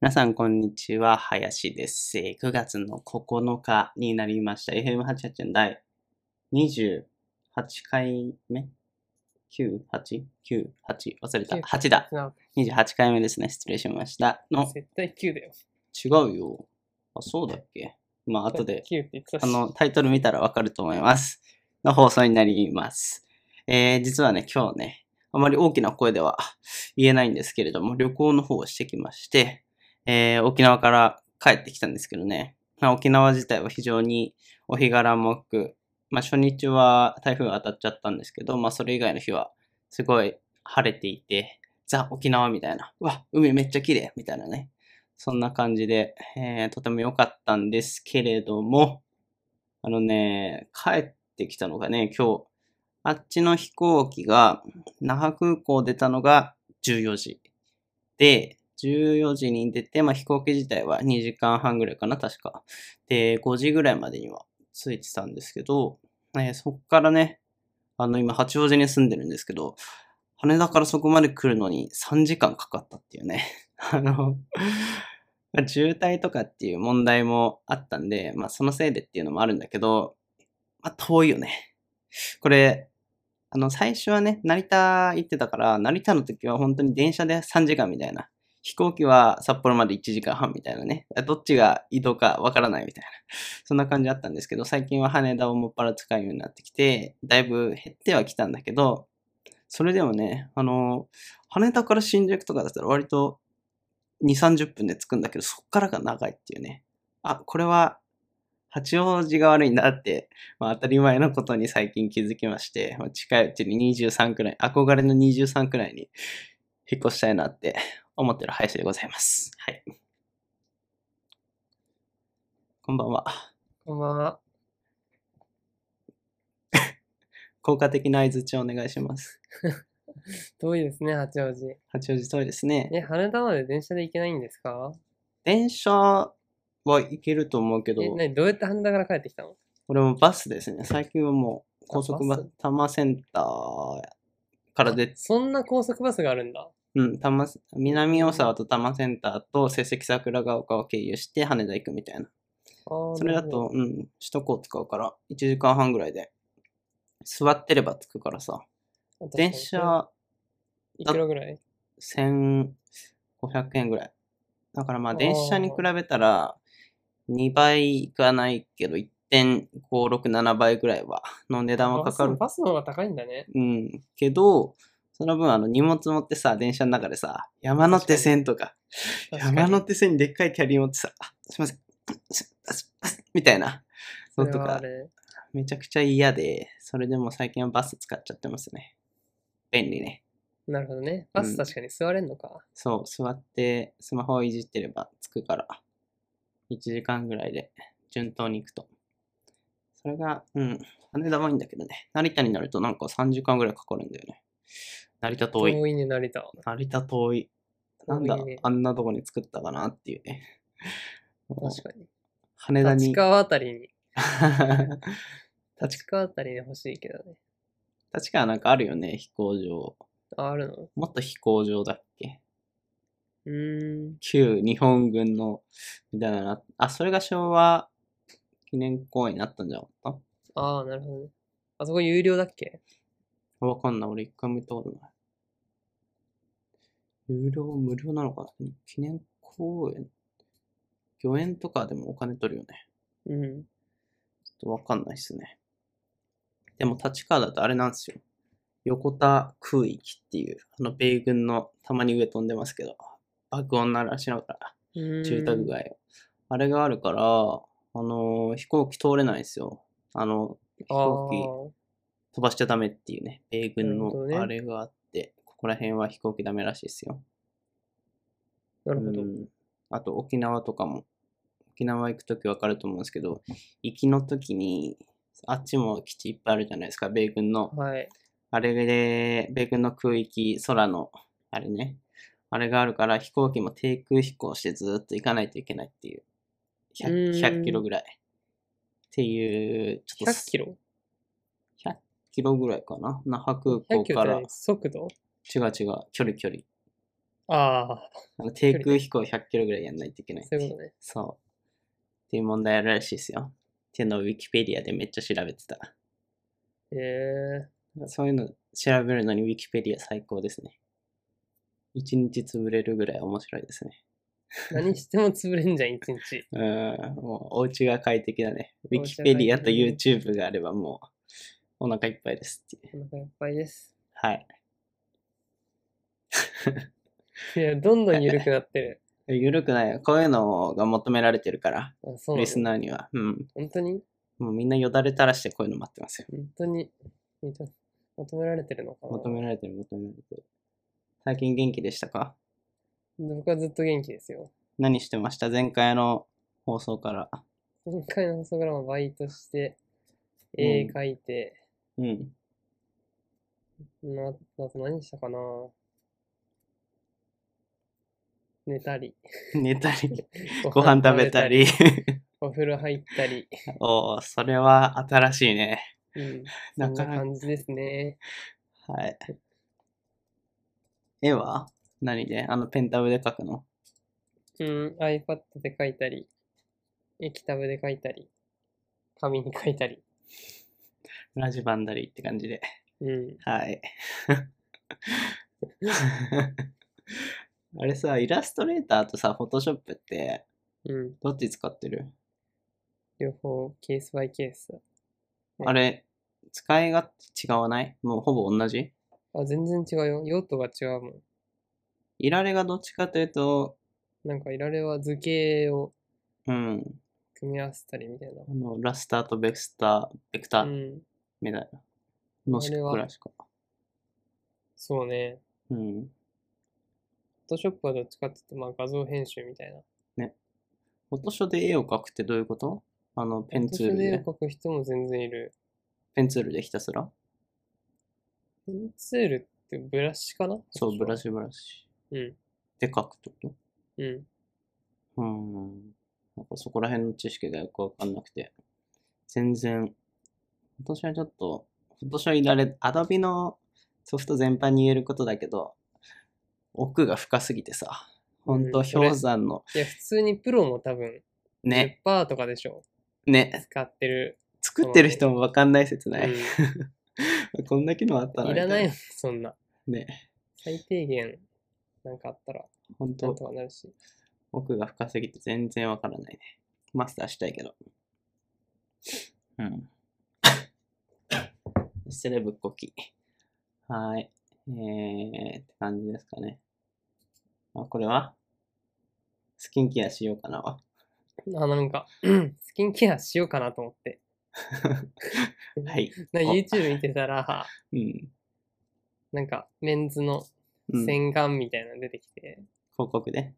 皆さん、こんにちは。林です。えー9月の9日になりました。FM88 の第28回目 ?98?98? 忘れた。 9 8だ。な28回目ですね。失礼しました。の、絶対9だよ。違うよ。あ、そうだっけまあ、後で9って言ってたし。あの、タイトル見たらわかると思います。の放送になります。えー、実はね、今日ね、あまり大きな声では言えないんですけれども、旅行の方をしてきまして、えー、沖縄から帰ってきたんですけどね、まあ、沖縄自体は非常にお日柄もよく、まあ、初日は台風が当たっちゃったんですけど、まあ、それ以外の日はすごい晴れていて、ザ・沖縄みたいな、うわ、海めっちゃ綺麗みたいなね、そんな感じで、えー、とても良かったんですけれども、あのね、帰ってきたのがね、今日、あっちの飛行機が、那覇空港を出たのが14時。で、14時に出て、まあ、飛行機自体は2時間半ぐらいかな、確か。で、5時ぐらいまでには着いてたんですけど、えーそっからね、あの、今、八王子に住んでるんですけど、羽田からそこまで来るのに3時間かかったっていうね。 あの、まあ渋滞とかっていう問題もあったんで、まあそのせいでっていうのもあるんだけど、まあ遠いよね。これ、あの最初はね、成田行ってたから、成田の時は本当に電車で3時間みたいな。飛行機は札幌まで1時間半みたいなね。どっちが移動かわからないみたいな。そんな感じだったんですけど、最近は羽田をもっぱら使うようになってきて、だいぶ減ってはきたんだけど、それでもね、あの、羽田から新宿とかだったら割と2、30分で着くんだけど、そっからが長いっていうね。あ、これは、八王子が悪いんだって、まあ当たり前のことに最近気づきまして、まあ近いうちに23くらい、憧れの23くらいに引っ越したいなって思ってる林でございます。はい。こんばんは。こんばんは。効果的な相槌をお願いします。遠いですね、八王子。八王子遠いですね。え、羽田まで電車で行けないんですか電車は行けると思うけどえ、、なにどうやって羽田から帰ってきたの俺もバスですね。最近はもう高速バあバスス、多摩センターから出て、そんな高速バスがあるんだ。うん、多摩、南大沢と多摩センターと成績桜ヶ丘を経由して羽田行くみたいな。そそれだと、。うん、首都高使うから1時間半ぐらいで座ってれば着くからさ。なるほど電。車いくらぐらい1500円ぐらい。だからまああー電車に比べたら2倍いかないけど1.567倍ぐらいはの値段はかかるバスの方が高いんだね。うん。けど、その分、あの、荷物持ってさ、電車の中でさ、山手線とか、確か山に手線にでっかいキャリー持ってさ、あすいません、すすすみたいなそのれとはあか、れ。めちゃくちゃ嫌で、それでもう最近はバス使っちゃってますね。便利ね。なるほどね。バうんス確かに座れんのか。そう、座ってスマホをいじってれば着くから、1時間ぐらいで順当に行くと。それが、うん、羽田はいいんだけどね。成田になるとなんか3時間ぐらいかかるんだよね。成田遠い。遠いね、成田。成田遠い。なんだ遠いね、あんなとこに作ったかなっていうね。もう 確かに。羽田立に。川あたりに。 立立川あたりに欲しいけどね。立川なんかあるよね、飛行場。あ、あるのもっと飛行場だっけうーん。旧日本軍の、みたいなのあ。あ、それが昭和記念公園になったんじゃなかっああ、なるほどね。あそこ有料だっけたわかんない。俺一回も行ったことない。有料、無料なのかな記念公園。御苑とかでもお金取るよね。うん。ちょっとわかんないっすね。でも立川だとあれなんですよ。横田空域っていう、あの米軍のたまに上飛んでますけど、爆音鳴らしながら、住宅街を。あれがあるから、あのー飛行機通れないんですよ。あの、飛行機行飛ばしちゃダメっていうね、米軍なるほどねのあれがあって、ここら辺は飛行機ダメらしいですよ。機。なるほどう。んあと沖縄とかも沖縄行く時分かると思うんですけど行きの時にあっちも基地いっぱいあるじゃないですか米軍のはい。あれで米軍の空域空のあれねあれがあるから飛行機も低空飛行してずーっと行かないといけないっていう 100, うーんキロぐらいっていうちょっと100キロキロぐらいかな那覇空 ?100 港キロからって速度違う違う距離距離あなんか低空飛行100キロぐらいやんないといけあない、ってそういうことね。そう。っていう問題あるらしいですよ。っていうのをウィキペディアでめっちゃ調べてた。ええそういうの調べるのにウィキペディア最高ですね。一日潰れるぐらい面白いですね。何しても潰れんじゃん、一日。うーん、もうお家が快適だね。ウィお家がキペディアと快適 YouTube があればもうお腹いっぱいですっていう。お腹いっぱいです。はい。いや、どんどん緩くなってる。 ゆるくないよ。こういうのが求められてるから、あそうなリスのナーには。うん。本当にもうみんなよだれ垂らしてこういうの待ってますよ。本当にみと求められてるのかな求められてる、求められてる。最近元気でしたか僕はずっと元気ですよ。何してました前回の放送から。今回の放送からもバイトして、絵うん描いて、うん。なあと何したかな寝たり、寝た り、ごご飯食べた、り。お風呂入ったり、 おーそれは新しいね。うん、そ なんかななか、感じですね。はい。絵は何であのペンタブで描くのうん、iPad で描いたり、液タブで描いたり、紙に描いたり、ラジバンダリーって感じで。うん、はい。 あれさ、イラストレーターとさ、フォトショップって、うん、どっち使ってる両方ケースバイケース。ねあれ、使い勝手違わないもうほぼ同じあ、全然違うよ。用途が違うもん。いられがどっちかというと、なんかいられは図形をうん、組み合わせたりみたいな。あの、ラスターとベクスター、ベクタうーん。みたいなのしあれかはくらいしか。そうね。うん。フォトショップはどっちかって言うと、まあ画像編集みたいな。フォトショーで絵を描くってどういうことあの、ペンツールで絵で。を描く人も全然いる。ペンツールでひたすらペンツールってブラシかなそう、ブラシ。シブラシ。うん。で描くってことうん。うーん。なんかそこら辺の知識がよくわかんなくて。全然。私はちょっと、今年はいられ、アドビのソフト全般に言えることだけど、奥が深すぎてさ。ほんと、うん氷山の、いや、普通にプロも多分、ね、 10%とかでしょ。ね、 使ってる。作ってる人もわかんない説ない。う こんな機能あったんな。いみたらないいもん、そんな。な。ね、最低限、なんかあったら、ほんなんとと、かなるし。奥が深すぎて全然わからないね。マスターしたいけど。 うん。失礼ぶっこき。はーい。えー、って感じですかね。あ、これはスキンケアしようかなわ。あ、なんか、 うんスキンケアしようかなと思って。はい。なんかお YouTube 見てたら、うん。なんか、メンズのうん、広洗顔みたいなの出てきて、告で。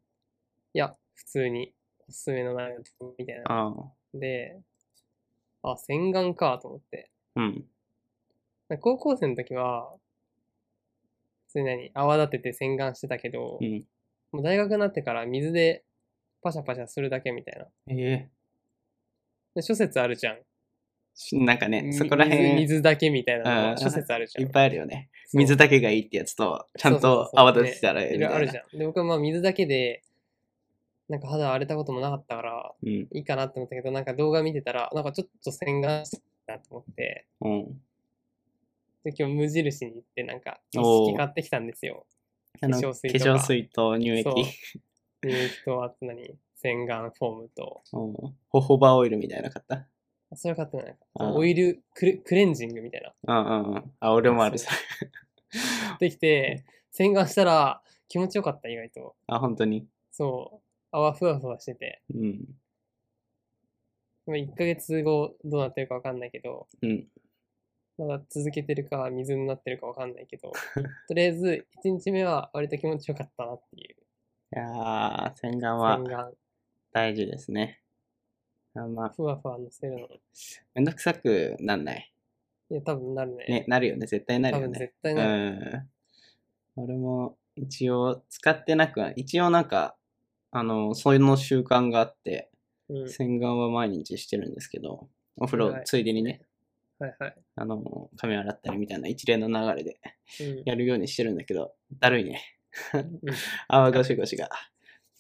いや、普通に、おすすめのなんか、みたいな。ああ。で、あ、洗顔かと思って。うん。なんか高校生の時は、普通に何泡立てて洗顔してたけど、うん。もう大学になってから水でパシャパシャするだけみたいな。ええで諸説あるじゃん。しなんかね、みそこら辺水い水だけみたいうなんの諸説あるじゃん。っぱいあるよね。そう水だけがいいってやつと、ちゃんそうそとうそう泡立てたらいいみいろたいいろな。あるじゃん。で、僕はまあ水だけで、なんか肌荒れたこともなかったから、うん。いいかなって思ったけど、なんか動画見てたら、なんかちょっと洗顔したなと思って、うん。で、今日無印に行って、なんか、一おー式買ってきたんですよ。あの化化粧水とか粧水と乳液そう。乳液と、あと何洗顔フォームと、 うんホホバオイルみたいなの買ったあそれは買ってないあーな。オイルクレクレンジングみたいな。うんうんうん。あ、俺もあるさ。できて、洗顔したら気持ちよかった、意外と。あ、本当に。そう。泡ふわふわしてて。うん。まあ、1ヶ月後どうなってるかわかんないけど、うん。まだ続けてるか水になってるかわかんない けど、とりあえず1日目は割と気持ちよかったなっていういやー、洗顔は洗顔、大事ですね。あまあ、ふわふわのせるの。めんどくさくなんない。いや、多分なるね。ね、なるよね。絶対な多るよ分ね。絶対うなる。ん。俺も一応使ってなくは、一応なんか、あの、そういうの習慣があって、うん。洗顔は毎日してるんですけど、お風呂はいついでにね、はいはい。あの、髪洗ったりみたいな一連の流れでうんやるようにしてるんだけど、だるいね。泡ゴシゴシが。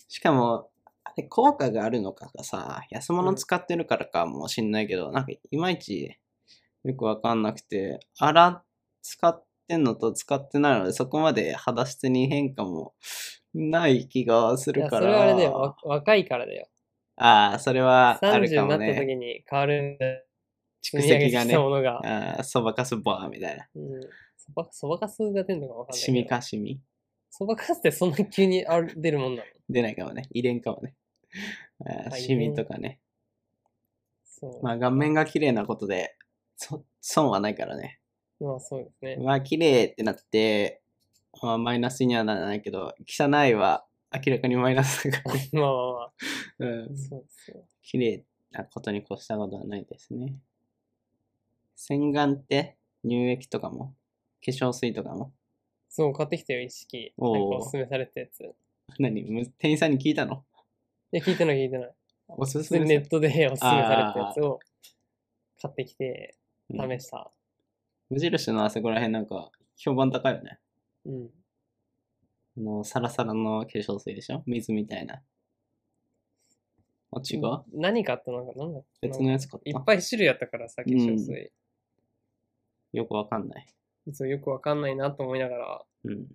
しかも、あれ効果があるのかがさ、安物使ってるからかもしんないけど、なんかいまいちよくわかんなくて、洗、使ってんのと使ってないので、そこまで肌質に変化もない気がすいやるそかれはあら。れだよ。わ若いからだよ。ああ、それはある30かもになったね。時に変わるんだよ。蓄積が積み上げてきねた、ものが。ああそばかすボーみたいな。うんそばそばかすが出るのかわかんないけシど。ミかシミ。そばかすってそんな急にある出るもんなの出ないかもね。遺伝かもね。あああ遺伝シミとかね。そう。まあ、顔面が綺麗なことで、そ損はないからね。まあそうですね。まあ、綺麗ってなって、まあ、マイナスにはならないけど、汚いは明らかにマイナスだからね。まあまあまあ。うん。そうですよ。綺麗なことに越したことはないですね。洗顔って乳液とかも化粧水とかもそう、買ってきたよ、一式。なんおかーおすすめされたやつ。い何む店員さんに聞いたのや、聞いてない、聞い てない。おす普す通めにさネれットでおすすめされたやつを買ってきて、うん試した。無印のあそこら辺なんか評判高いよね。うん。あの、サラサラの化粧水でしょ水みたいな。あ、違う、何買ったのか、なんだっけ別のやつ買いっったぱい種類あったからさ、化粧水。よくわかんない。そうよくわかんないなと思いながら、うん。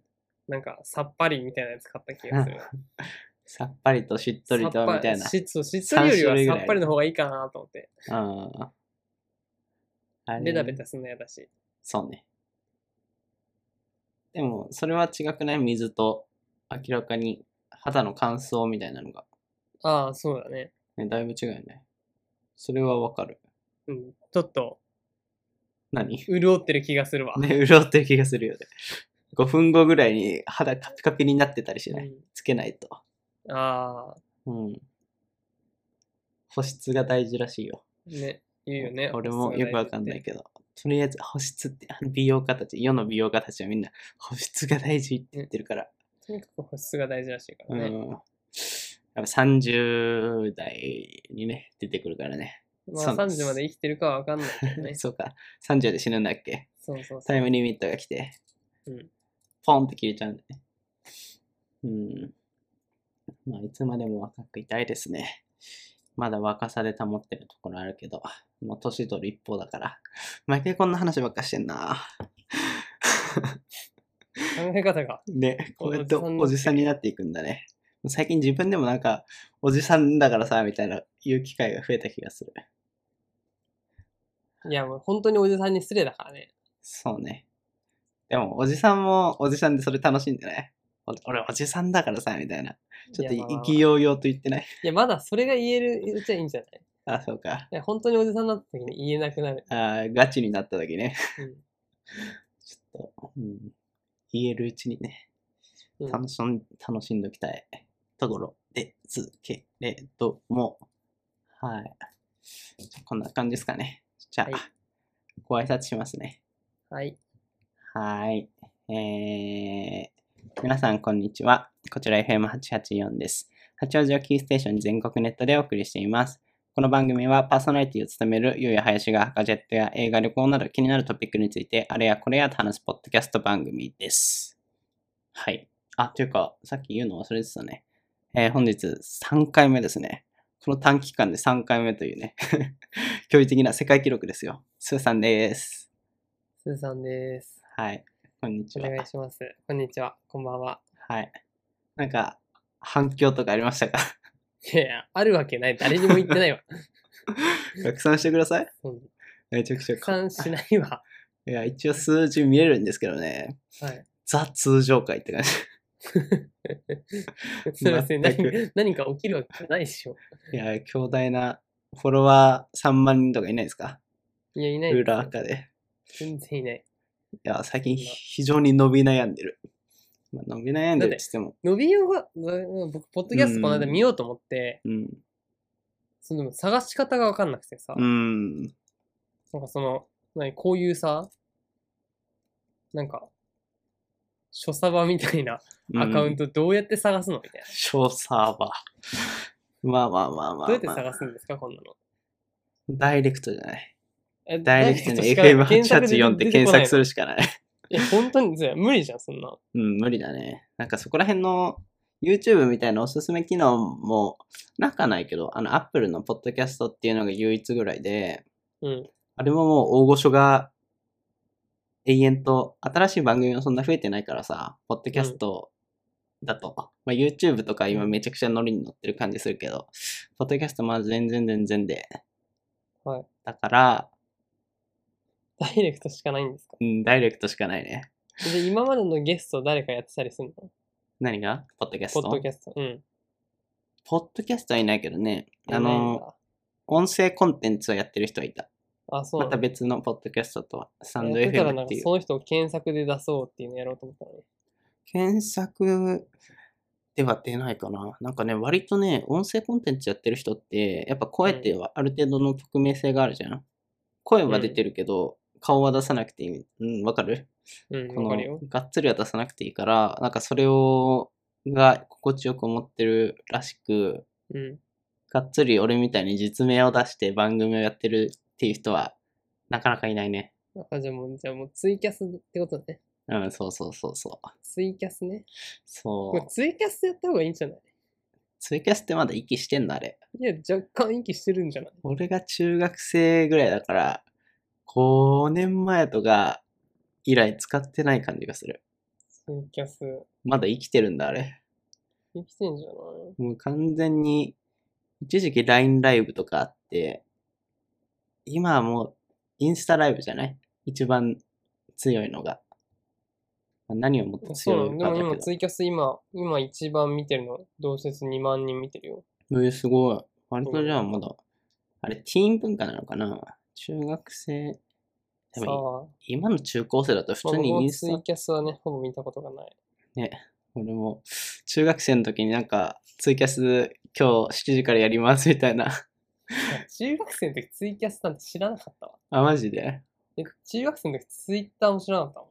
なんかさっぱりみたいなやつ買った気が する。さっぱりとしっとりとみたいな。しそうしっとりよ三りは種類ぐらいあさるっぱりの方がいいかなと思って。ああ。あれベタベタすんの嫌だし。そうね。でも、それは違くない水と、明らかに肌の乾燥みたいなのが、ああ、そうだね。ね、だいぶ違うよね。それはわかる。うん。ちょっと、何潤ってる気がするわ。 ね、潤ってる気がするよね。5分後ぐらいに肌カピカピになってたりしない。つけないと。うん、ああ、うん。保湿が大事らしいよ。ね、言うよね。俺もよくわかんないけど。とりあえず保湿って、あの美容家たち、世の美容家たちはみんな保湿が大事って言ってるから。とにかく保湿が大事らしいかうらん。ね。やっぱ30代にね、出てくるからね。まそあうなんです30まで生きてるかはわかんないけど ね。そうか。30で死ぬんだっけそうそうそタう。イムリミットが来て、うんポンって切れちゃうんだね。うん。まあ、いつまでも若くいたいですね。まだ若さで保ってるところあるけど、もう年取る一方だから。毎回こんな話ばっかしてんな。考え方が。ね、こうやっておじさんのおじさんになっていくんだね。最近自分でもなんか、おじさんだからさ、みたいな言う機会が増えた気がする。いや、もう本当におじさんに失礼だからね。そうね。でも、おじさんもおじさんでそれ楽しんでないお俺、おじさんだからさ、みたいな。ちょっといやま意あ気揚々と言ってない。 いや、まだそれが言えるうちはいいんじゃないあ、そうか。いや、本当におじさんになった時に言えなくなる。あーガチになった時ね。 うんちょっと、うん、言えるうちにね、うん楽しん、楽しんどきたいところですけれども、はい。こんな感じですかね。じゃあ、はいご挨拶しますね。はい。はい。えー、皆さん、こんにちは。こちら FM884 です。八王子をキーステーションに全国ネットでお送りしています。この番組はパーソナリティを務めるゆうや林がガジェットや映画旅行など気になるトピックについてあれやこれやと話すポッドキャスト番組です。はい。あ、というか、さっき言うの忘れてたね。えー本日3回目ですね。この短期間で3回目というね、 驚異的な世界記録ですよ。スーさんです。すーさんです。はい。こんにちおは。願いします。こんにちは。こんばんは。はい。なんか、反響とかありました かいやいや、あるわけない。誰にも言ってな いわ。拡散してください。うんめちゃくちゃ拡散しないわ。いや、一応数字見れるんですけどね。はい。ザ通常回って感じ。すいませ全ん。何く何か起きるわけないでしょ。いや、強大なフォロワー3万人とかいないですかいや、いないですよ。裏垢で。全然いない。いや、最近非常に伸び悩んでる。まあ、伸び悩んでるって言っても、伸びようが、うん僕、ポッドキャストこの間見ようと思って、うん。その探し方がわかんなくてさ、うん。なんかその、何こういうさ、なんか、書サバみたいなアカウント。トどうやって探すのみたい小サーバー。まあまあまあまな。あ、どうやってまあ探すんですか、こんなの。ダイレクトじゃない。えダイレクトダにイレクトしか検索 FM884 って検索する。るしかない。いや、本当に、ぜ無理じゃん、そんな。うん、無理だね。なんかそこら辺の YouTube みたいなおすすめ機能もなくはないけど、あの Apple のポッドキャストっていうのが唯一ぐらいで、うん。あれももう大御所が永遠と新しい番組もそんな増えてないからさ、ポッドキャストだと、まあ、YouTube とか今めちゃくちゃノリに乗ってる感じするけど、ポッドキャストまだ全然全然で、はい。だから、ダイレクトしかないん ですかうん、ダイレクトしかないね。で、今までのゲスト誰かやってたりするの何がポッドキャスポトッドキャスト。うん。ポッドキャストはいないけどね、あいないんの、だ音声コンテンツをやってる人はいた。あ、そうまなんだた別のポッドキャストとは、スタンドやってたら FM なっんてかいうそ。の人を検索で出そうっていうのやろうと思ったのに。検索では出ないかな。なんかね、割とね、音声コンテンツやってる人って、やっぱ声ってはある程度の匿名性があるじゃん。声は出てるけど、顔は出さなくていい。うん、わかるうこん、わのかるよ。、がっつりは出さなくていいから、なんかそれを、が心地よく思ってるらしく、うん。がっつり俺みたいに実名を出して番組をやってるっていう人は、なかなかいないね。あ、じゃあもう、じゃあもうツイキャスってことね。うん、そうそうそうそう。ツイキャスね。そまあう。ツイキャスやった方がいいんじゃないツイキャスってまだ息してんのあれ。いや、若干息してるんじゃない俺が中学生ぐらいだから、5年前とか以来使ってない感じがする。ツイキャス。まだ生きてるんだ、あれ。生きてんじゃないもう完全に、一時期 LINE ライブとかあって、今はもうインスタライブじゃない一番強いのが。まあ何をもってそう強いのでかだもけど今。ツイキャス今、今一番見てるの、同説2万人見てるよ。えー、すごい。割とじゃあまだ、あれ、ティーン文化なのかな中学生。でさあ、もまあ今の中高生だと普通僕にイもンスツタイキャスはね、ほぼ見たことがない。俺も中学生の時になんかツイキャス今日7時からやりますみたいな。 いや中学生の時ツイキャスなんて知らなかったわ。あ、マジでえ中学生の時ツイッターも知らなかったもん。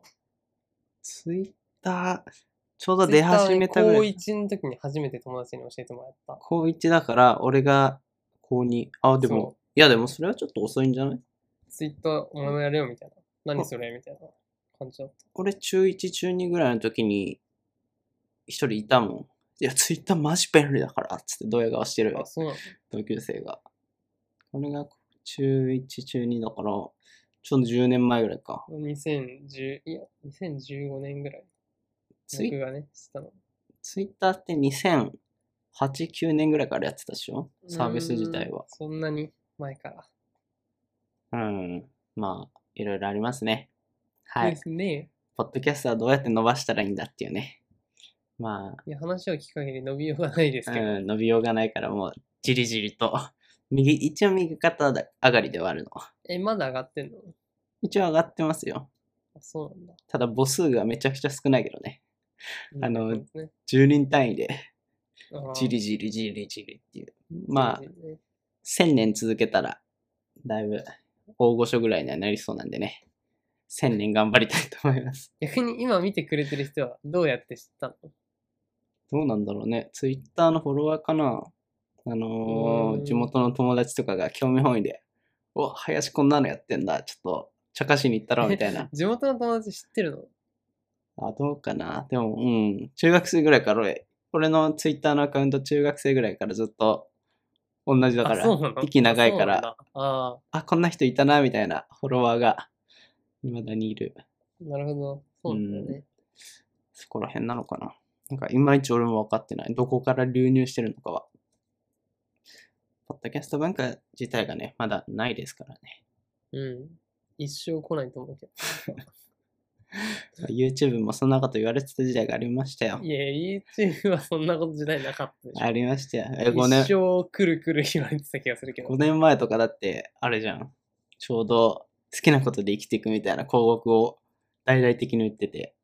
ツイッター、ちょうど出始めたぐらい。 Twitter に高1の時に初めて友達に教えてもらった。高1だから俺が高2。あ、でもそ、いやでもそれはちょっと遅いんじゃないツイッターお前もやれよみたいな。何それみたいな感じだっ俺中1、中2ぐらいの時に一人いたもん。いや、ツイッターマジ便利だからっつってドヤ顔してるた。あ、そうなの同級生が。俺が中1、中2だから、ちょうど10年前ぐらいか。 2010いや2015年ぐらいツイ僕がねしたのツイッターって2008、9年ぐらいからやってたでしょサービス自体うーはん。そんなに前から、うん。まあ、いろいろありますね。はでい。すねポッドキャストはどうやって伸ばしたらいいんだっていうね。まあ、いや話を聞く限り伸びようがないですけど、うん、伸びようがないからもう、じりじりと。 右、一応右肩上がりではあるの。えまだ上がってんの一応上がってますよ。あそうなんだただ母数がめちゃくちゃ少ないけどね。うんあのそうですね10人単位で、あーじりじりじりじりっていう。まあじ、りじりね1000年続けたら、だいぶ大御所ぐらいにはなりそうなんでね、1000年頑張りたいと思います。逆に今見てくれてる人はどうやって知ったのどうなんだろうね、ツイッターのフォロワーかな、あのうーー、ん。地元の友達とかが興味本位で、お林こんなのやってんだ、ちょっと茶化しに行ったらみたいな地元の友達知ってるのあ、どうかな、でも、うん、中学生ぐらいから俺、俺のツイッターのアカウント、中学生ぐらいからずっと同じだかあそうなら、の息長いかあそうなら、んだああ、こんな人いたな、みたいなフォロワーが、未だにいる。ーなるほどそうなんだよね、そこら辺なのかな。なんかいまいち俺も分かってない。どこから流入してるのかは。ポッドキャスト文化自体がね、まだないですからね。うん一生来ないと思うけど YouTube もそんなこと言われてた時代がありましたよ。いや YouTube はそんなこと時代なかったでしょありましたよ。え5一年、生くるくる言われてた気がするけど5。年前とかだって、あれじゃん。ちょうど好きなことで生きていくみたいな広告を大々的に売ってて、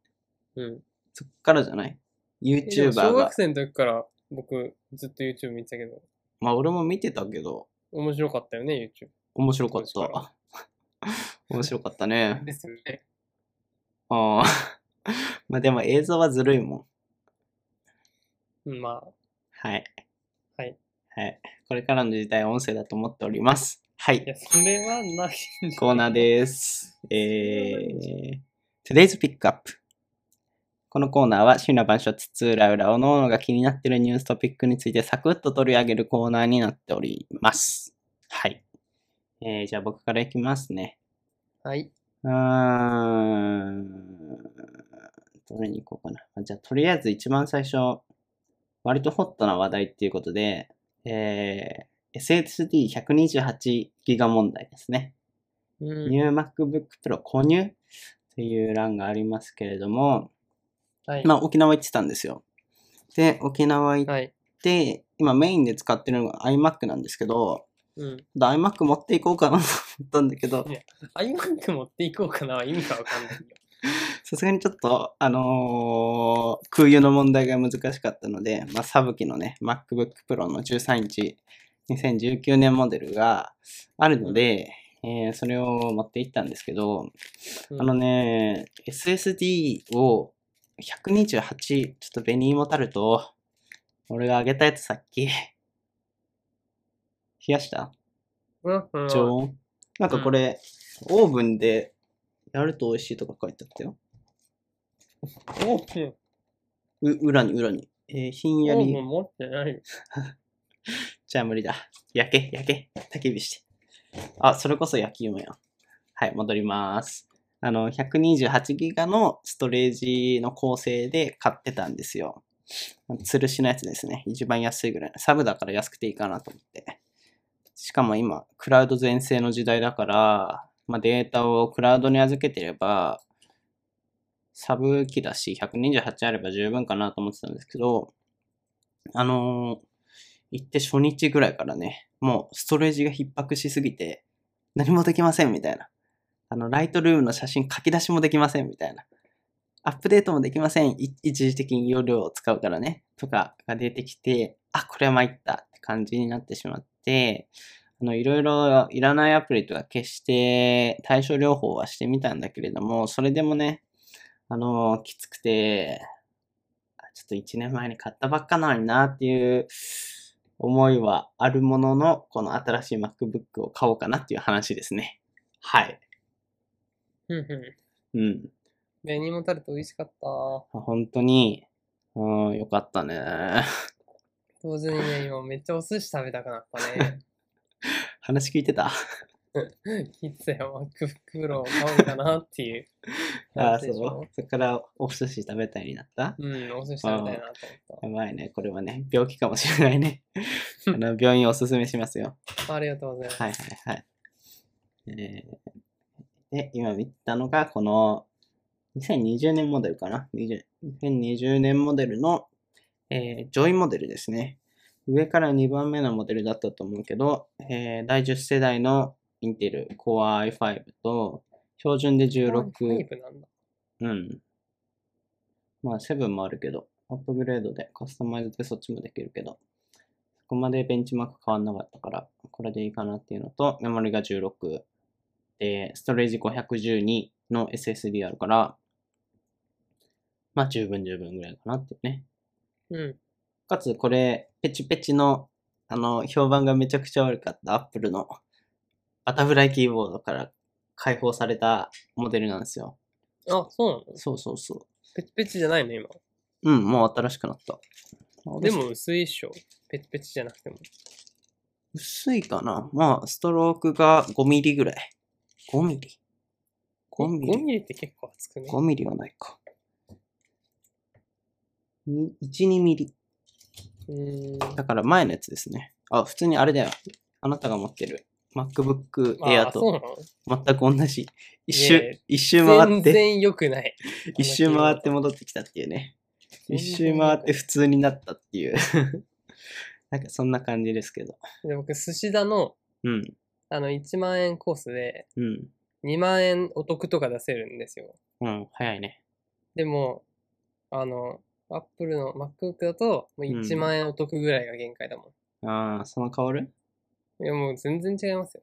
うん。そっからじゃないえで ?YouTuber も小が学、生の時から僕ずっと YouTube 見てたけど、まあ俺も見てたけど、面白かったよね、YouTube。面白かっそうですた。 面白かったね。ですよね。ああ。 まあでも映像はずるいもん。うん、まあ、はい。はい。はい。これからの時代は音声だと思っております。はいい。や、それはない。コーナーです。えー、 Today's Pickup このコーナーは、週の晩書つつ裏裏をの々が気になっているニューストピックについてサクッと取り上げるコーナーになっております。はい。えー、じゃあ僕からいきますね。はい。うーん。どれに行こうかな。じゃあ、とりあえず一番最初、割とホットな話題っていうことで、えー、SSD128 ギガ問題ですね。うん。 New MacBook Pro 購入という欄がありますけれども、はい。まあ、沖縄行ってたんですよ。で、沖縄行っはい。て、今メインで使ってるのが iMac なんですけど、うん。ちょっと iMac 持っていこうかなと思ったんだけど、 iMac 持っていこうかなは意味がわかんないよ。さすがにちょっと、あのー空輸の問題が難しかったので、まあ、サブ機のね、MacBook Pro の13インチ、2019年モデルがあるので、えーそれを持っていったんですけど、うんあのね、SSD を128、ちょっとベニーモタルト、俺があげたやつさっき、冷 やしたうん。うん常温なんかこれ、オーブンでやると美味しいとか書いてあったよ。オーブンう裏に裏に。えーひんやオーりブン。持ってない。じゃあ無理だ。焼け、焼け。焚き火して。あ、それこそ焼き芋やん。はい、戻ります。あの、128ギガのストレージの構成で買ってたんですよ。吊るしのやつですね。一番安いぐらい。サブだから安くていいかなと思って。しかも今、クラウド全盛の時代だから、まあ、データをクラウドに預けてれば、サブ機だし、128あれば十分かなと思ってたんですけど、あのー行って初日ぐらいからね、もうストレージが逼迫しすぎて、何もできませんみたいな。あの、ライトルームの写真書き出しもできませんみたいな。アップデートもできません。い一時的に容量を使うからね。とかが出てきて、あ、これは参ったって感じになってしまって、あの、いろいろいらないアプリとか消して対処療法はしてみたんだけれども、それでもね、あの、きつくて、あちょっと1年前に買ったばっかなのになっていう思いはあるものの、この新しい MacBook を買おうかなっていう話ですね。はい。うんうん。うん。ベニモタルト美味しかった。本当に、うん、よかったね。 同時にね、今めっちゃお寿司食べたくなった ね。話聞いて たキッズやマック袋を買おうかなっていうあ話あ、そでうしょ。。それからお寿司食べたいになったうん、お寿司食べたいなと思っやばいね。これはね、病気かもしれない ね。あの病院おすすめしますよ。た。ありがとうございます。はいはいはい。えーで、今見たのが、この、2020年モデルかな。20 2020年モデルの、えージョイモデルですね。上から2番目のモデルだったと思うけど、えー第10世代のインテル Core i5 と、標準で16、タイプなんだ。うん。まあ、セブンもあるけど、アップグレードでカスタマイズでそっちもできるけど、そこまでベンチマーク変わんなかったから、これでいいかなっていうのと、メモリが16で、ストレージ512の SSD あるから、まあ、十分十分ぐらいかなっていうね。うん。かつ、これ、ペチペチの、あの、評判がめちゃくちゃ悪かったアップルのバタフライキーボードから解放されたモデルなんですよ。あ、そうなのそうそうそう。ペチペチじゃないの今。うん、もう新しくなった。でも、薄いっしょ。ペチペチじゃなくても。薄いかなまあ、ストロークが5ミリぐらい。5ミリ ?5 ミ5リミリって結構厚くね。 ?5 ミリはないか。1、2ミリ。うーん。だから前のやつですね。あ、普通にあれだよ。あなたが持ってる MacBook あ Air あ、そうとな全く同じ。一いやい周や、一周の回っ全て、然良くない。一周回って戻ってきたっていうね。一周回って普通になったっていう。 なんかそんな感じですけど。で僕、寿司田の、うん、あの、1万円コースで、うん。 2万円お得とか出せるんですよ。うん、早いね。でも、あの、アップルの MacBook だと、もう1万円お得ぐらいが限界だもああ、その香るん。いや、もう全然違いますよ。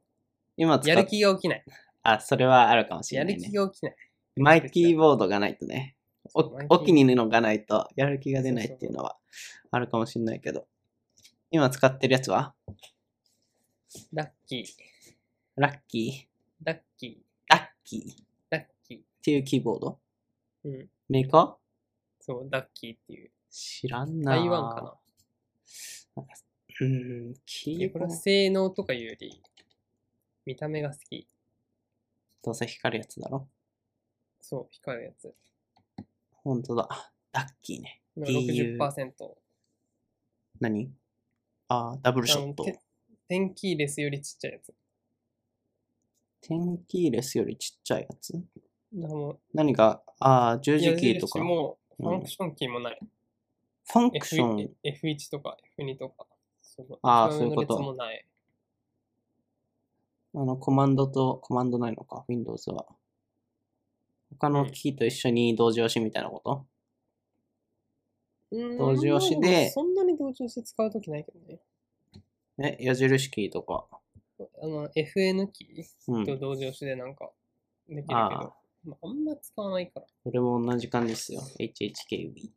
今使っやる気が起きない。あ、それはあるかもしやれなるいね気。が起きない。マイキーボードがないとね。おそうマイキーお気に入りのがないと、やる気が出ないっていうのはあるかもしれないけど。今使ってるやつはラッキー、ラッキー、ラッキー、ラッキーっラッキー。ていうキーボードうん。メーカーそう、ダッキーっていう。知らんな。台湾かな。うーん、聞いやいこたれこは性能とかいうより、見た目が好き。どうせ光るやつだろ。そう、光るやつ。ほんとだ。ラッキーね。の DU 60%。何あー、ダブルショットあ。のて天気レスよりちっちゃいやつ。天気レスよりちっちゃいやつだからも何か、あー、う十字キーと矢か。印もうフんァンクションキーもない。ファンクショ F1, ン。 F1 とか F2 とか。そのあー一番そういう上のこと列もない。あの、コマンドと、コマンドないのか、Windows は。他のキーと一緒に同時押しみたいなこと、うん同時押しでまあもそんなに同時押し使うときないけどね。え、矢印キーとか。あの、FN キうーとん。同時押しでなんかできるけど、ああ、まあ、あんま使わないから。これも同じ感じですよ。HHKB。い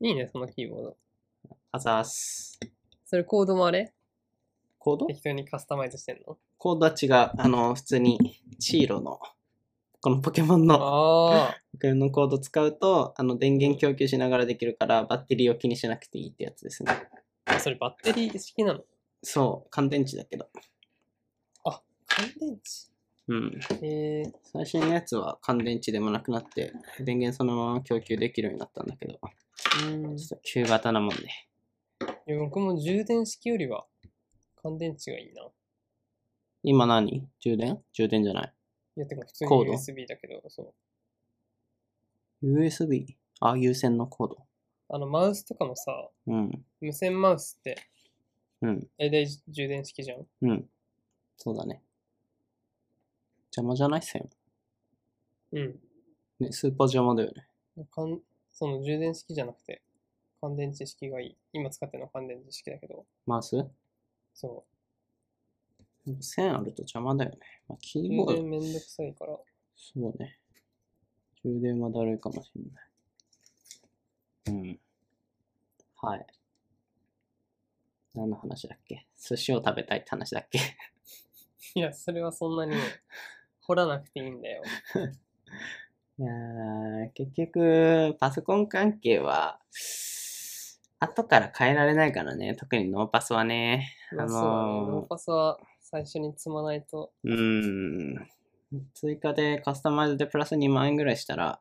いね、そのキーボード。あざーす。それコードもあれコード適当にカスタマイズしてんのコードは違う。あの、普通に、チーロの、このポケモンの、ああ、ポケモンのコード使うと、あの、電源供給しながらできるから、バッテリーを気にしなくていいってやつですね。 それバッテリー式なのそう、乾電池だけど。乾電うん。池えー、最新のやつは乾電池でもなくなって、電源そのまま供給できるようになったんだけど、うんちょっと旧型なもんで。いや僕も充電式よりは乾電池がいいな。い今何充電充電じゃない。や、てか普通にコード USB だけど、そう。 USB? あ、有線のコード。あの、マウスとかもさ、うん。無線マウスって、うん。え、で、充電式じゃんうん。そうだね。邪魔じゃないっすよ。うん。ね、スーパー邪魔だよね。かんその充電式じゃなくて、乾電池式がいい。今使ってるのは乾電池式だけど、マウスそ線あると邪魔だよね。まあ、キう。ー充ボード電、めんどくさいから。そうね。充電はだるいかもしれない。うん。はい。何の話だっけ寿司を食べたいって話だっけいや、それはそん なにね、掘らなくていいんだよ。いやー、結局、パソコン関係は、後から変えられないからね。特にノーパスはね。あまあのーそうだね。ノーパスは最初に積まないと、うーん。追加でカスタマイズでプラス2万円ぐらいしたら、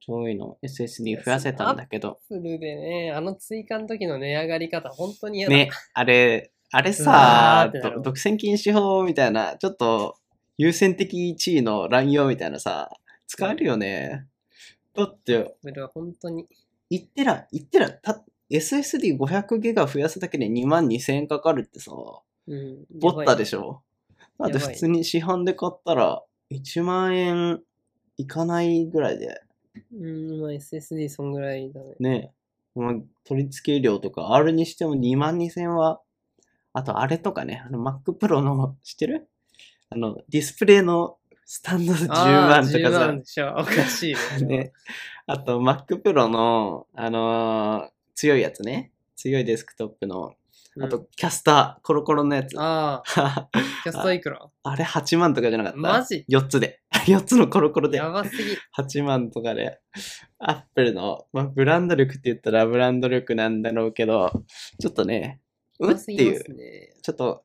上位の SSD 増やせたんだけど。フルでね、あの追加の時の値上がり方、本当に嫌だ。ね、あれ、あれうわーさってなるど独占禁止法みたいな、ちょっと優先的地位の乱用みたいなさ、使えるよね。だって、それは本当に。言ってら、言ってら、た SSD500 ギガ増やすだけで2万2000円かかるってさ、うん。ぼったでししょ。だってやばい普通に市販で買ったら、1万円いかないぐらいで、ょ。うん、今 SSD そんぐらいだね。ね、まあ取り付け量とか、あれにしても2万2000は、あとあれとかね、あの Mac Pro の、知ってるあの、ディスプレイのスタンド10あー万とか10さ万、でしょ。おかしいね。それ はね、あと Mac Pro の、あのー強いやつね、強いデスクトップの、うんあとキャスター、コロコロのやつ。あ ああ、キャストいくられ8万とかじゃなかったマジ ?4 つで。4つ のコロコ ロで。やばすぎ。 8万とかで、アップルの、まあ、ブランド力って言ったらブランド力なんだろうけど、ちょっとね、うやっばすてぎいまうす、ね。ちょっと、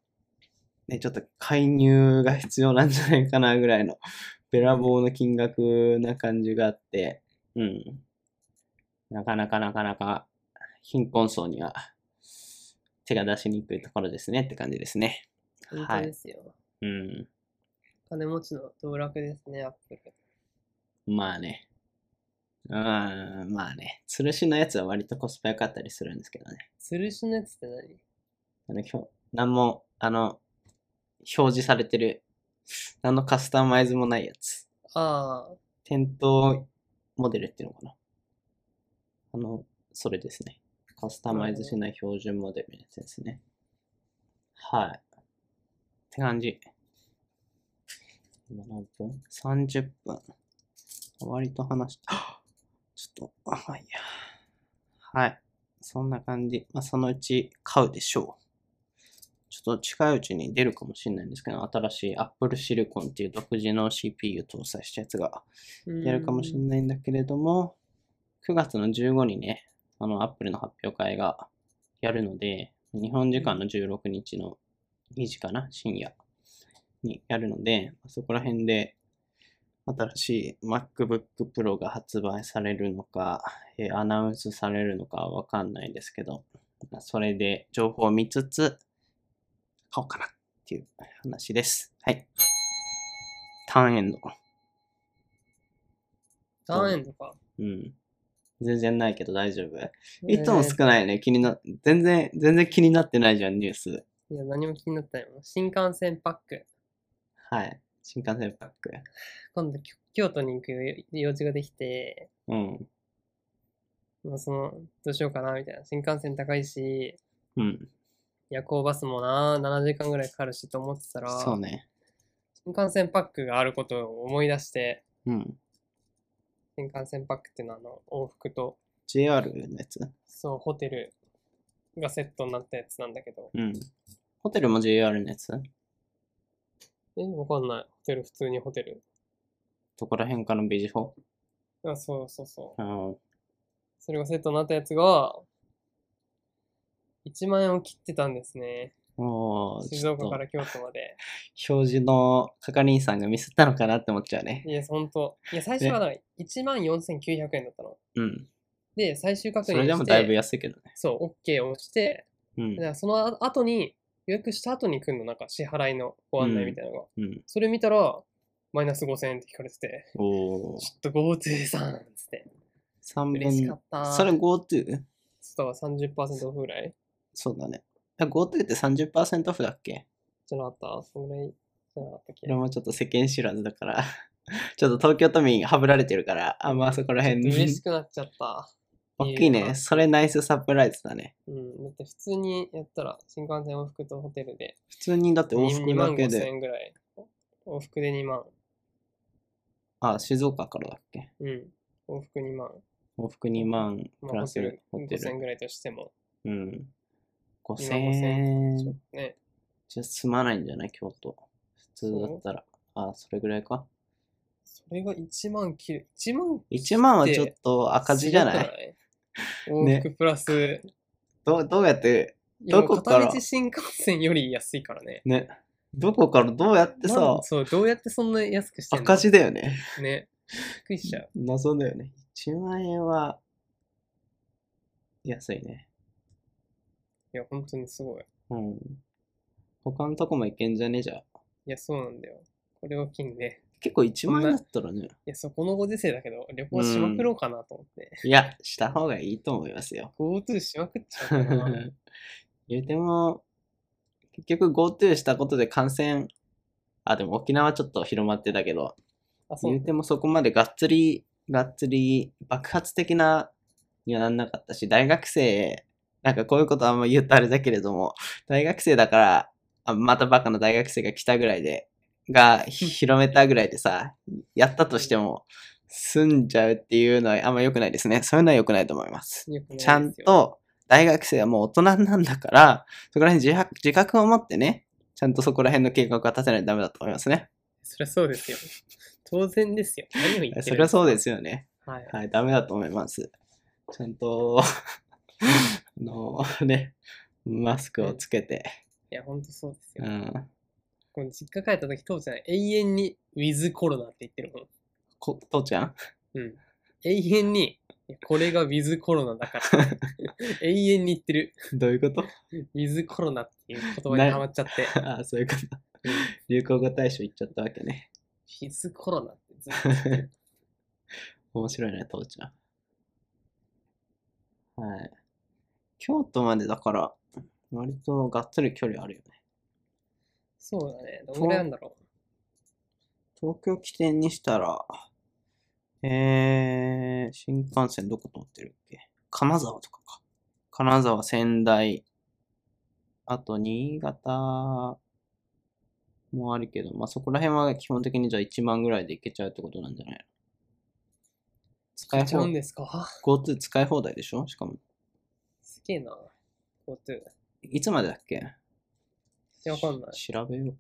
ね、ちょっと介入が必要なんじゃないかなぐらいの、べらぼうの金額な感じがあって、うん。なかなかなかなか、貧困層には手が出しにくいところですねって感じですね。本は当いですよ。うん。金持ちの道楽ですね、アップル。まあね。うーん、まあね。吊るしのやつは割とコスパ良かったりするんですけどね。吊るしのやつって何あの、ひょなんも、あの、表示されてる、何のカスタマイズもないやつ。ああ、店頭モデルっていうのかな。あの、それですね。カスタマイズしない標準モデルのやつですね。はい。って感じ。今何分 ?30 分。割と話した。 ちょっと、あ、まあいいや。はい。そんな感じ。まあ、そのうち買うでしょちょっと近いうちに出るかもしれないんですけど、新しい Apple Silicon っていう独自の CPU 搭載したやつがやるかもしれい。ないんだけれども、9月の15にね、あの、Apple の発表会がやるので、日本時間の16日の2時かな、深夜にやるので、そこら辺で新しい MacBook Pro が発売されるのか、えーアナウンスされるのかはわかんないですけど、まあそれで情報を見つつ、買おうかなっていう話です。はい。ターンエンド。ターンエンドか。うん。全然ないけど大丈夫。いつも少ないね。気にな、全然、全然気になってないじゃん、ニュース。えーいや、何も気になったよ。新幹線パック。はい。新幹線パック。今度、きょ京都に行くよ用事ができて、うん。まあ、その、どうしようかな、みたいな。新幹線高いし、うん。夜行バスもな、7時間ぐらいかかるしと思ってたら、そうね。新幹線パックがあることを思い出して、うん。新幹線パックっていうのはあの往復と JR のやつ。そうホテルがセットになったやつなんだけどうん。ホテルも JR のやつえわかんないホテル普通にホテルどこら辺かのビジホあそうそうそううん。それがセットになったやつが1万円を切ってたんですねもう、ち静ょっ岡と、か表ら京都まで示の係員さんがミスったのかなって思っちゃうね。いやほんといや最初はだから1万4900円だったのうん。で最終確そ認してれでもだいぶ安いけどね。そう OK を押してうんだ。からその後に予約した後に来るのなんか支払いのご案内みたいなのが、うん。それ見たらマイナス5000円って聞かれてておー。ちょっと GoTo さんっつって。 3嬉しかっ分。た。それ GoTo? そうだ30%オフぐらいそうだね。あ GoTo って30%オフだっけじゃなかったそんぐらいじゃなかったっけこれもちょっと世間知らずだから、 ちょっと東京都民はぶられてるから、あんまそこら辺嬉しに。くなっちゃった。 大きいね。それナイスサプライズだね。うん。だって普通にやったら新幹線往復とホテルで普通にだって往2復万だけ5千で、円ぐらい。往復で2万。あ、静岡からだっけうん。往復2万。往復2万まプあラホステルホテ5000円ル。ぐらいとしても。うん。5000 2万5000ちょっ円とね。じゃ済まないんじゃない京都。普通だったら。あ、それぐらいか。それが1万切る。1万1万はちょっと赤字じゃないすごくない往復プラス、どうどうやって、いやもうどこから片道新幹線より安いからね。ね、どこからどうやってなさん、そう、どうやってそんな安くしてんの赤字だよね。ね。びっくりしちゃう。謎だよね。1万円は、安いね。いや、本当にすごい。うん。他のとこも行けんじゃねえじゃん。いや、そうなんだよ。これを機にね。結構1万円だったらね。いや、そうこのご時世だけど、旅行しまくろうかなと思って。いや、した方がいいと思います よ。 GoTo しまくっちゃうか な。言うても、結局 GoTo したことで感染、あ、でも沖縄ちょっと広まってたけど、あ、そう言う。てもそこまでがっつり、がっつり爆発的なにはなんなかったし、大学生、なんかこういうことあんま言うとあれだけれども、大学生だから、あまたバカな大学生が来たぐらいで、が広めたぐらいでさ、やったとしても、済んじゃうっていうのはあんま良くないですね。そういうのは良くないと思います。よくないですちゃんよ。と大学生はもう大人なんだから、そこら辺自白自覚を持ってね、ちゃんとそこら辺の計画は立てないとダメだと思いますね。そりゃそうですよ。当然ですよ。何を言ってるんですそかれはそうで。すよね。はい。はい、ダメだと思います。ちゃんと、 あの、ね、マスクをつけて、いや、本当そうですうよ。ん。この実家帰った時、父ちゃん永遠に With コロナって言ってるもん。こ、父ちゃん うん。永遠に、いやこれが With コロナだ から。永遠に言ってる。どういうこと With コロナっていう言葉にハマっちゃって。ああ、そういうこと。流行語大賞言っちゃったわけね。 フィズコロナってずっと言ってる面白いね、父ちゃん。はい。京都までだから、割とがっつり距離あるよね。そうだね。どんぐらいなんだろ東京起点にしたら、えー、新幹線どこ通ってるっけ金沢とかか。金沢、仙台、あと新潟もあるけど、まあ、そこら辺は基本的にじゃあ1万ぐらいで行けちゃうってことなんじゃないの使う。い行っちゃ放うん題、ですか GoTo 使い放題でしょしかも。すげえな。GoTo。いつまでだっけ然わかんない。調べよう。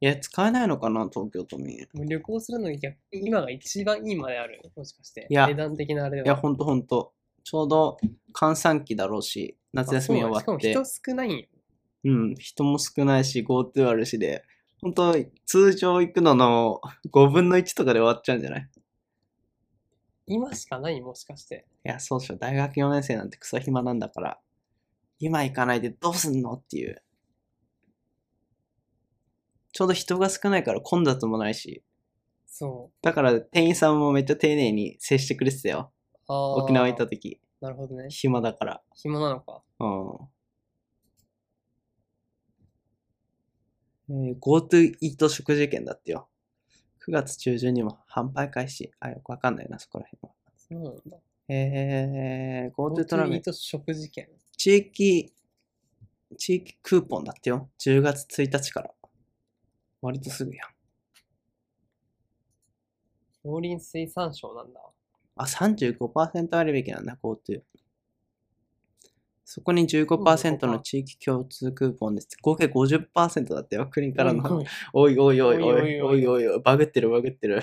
いや、使えないのかな、東京都民。いもう旅行するのに逆に今が一番いいまである。もしかして。いや値段的なあれでや、は。ほんとほんと。ちょうど、閑散期だろうし、夏休み終あわそっうなんだてしか、も人少ないんよ。うん、人も少ないし、GoTo あるしで、ほんと、通常行くのの5分の1とかで終わっちゃうんじゃない今しかないもしかして。いや、そうっしょ。大学4年生なんてクソ暇なんだから、今行かないでどうすんのっていう。ちょうど人が少ないから混雑もないし、そだから店員さんもめっちゃ丁寧に接してくれてたよ。う。ああ。沖縄行った時、なるほどね。暇だから。暇なのか。うん。えー GoTo イート食事券だってよ。9月中旬にも販売開始。あ、よくわかんないな、そこら辺は。そうなんだ。えー、GoTo トラベル GoTo と食事券。地域、地域クーポンだってよ。10月1日から。割とすぐやん。農林水産省なんだ。あ、35%割引なんだ、GoTo。そこに15%の地域共通クーポンです。合計50%だってよ。国からうんうの。んおいおいおいおおいいおおいいおいおい。バグってるバグってる。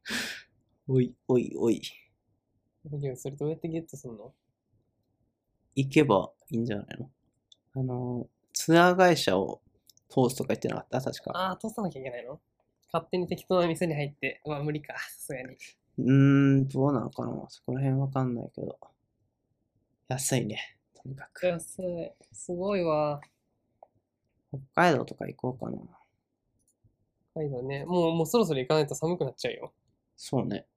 おいおいおい。い やそれどうやってゲットするの行けばいいんじゃないのあの、ツアー会社を通すとか言ってなかった確か。ああ、通さなきゃいけないの勝手に適当な店に入って、うわ、無理か、さすがに。うーん、どうなのかなそこら辺わかんないけど。安いね。とにかく。安い。すごいわ。北海道とか行こうかな。北海道ね。もう、もうそろそろ行かないと寒くなっちゃうよ。そうね。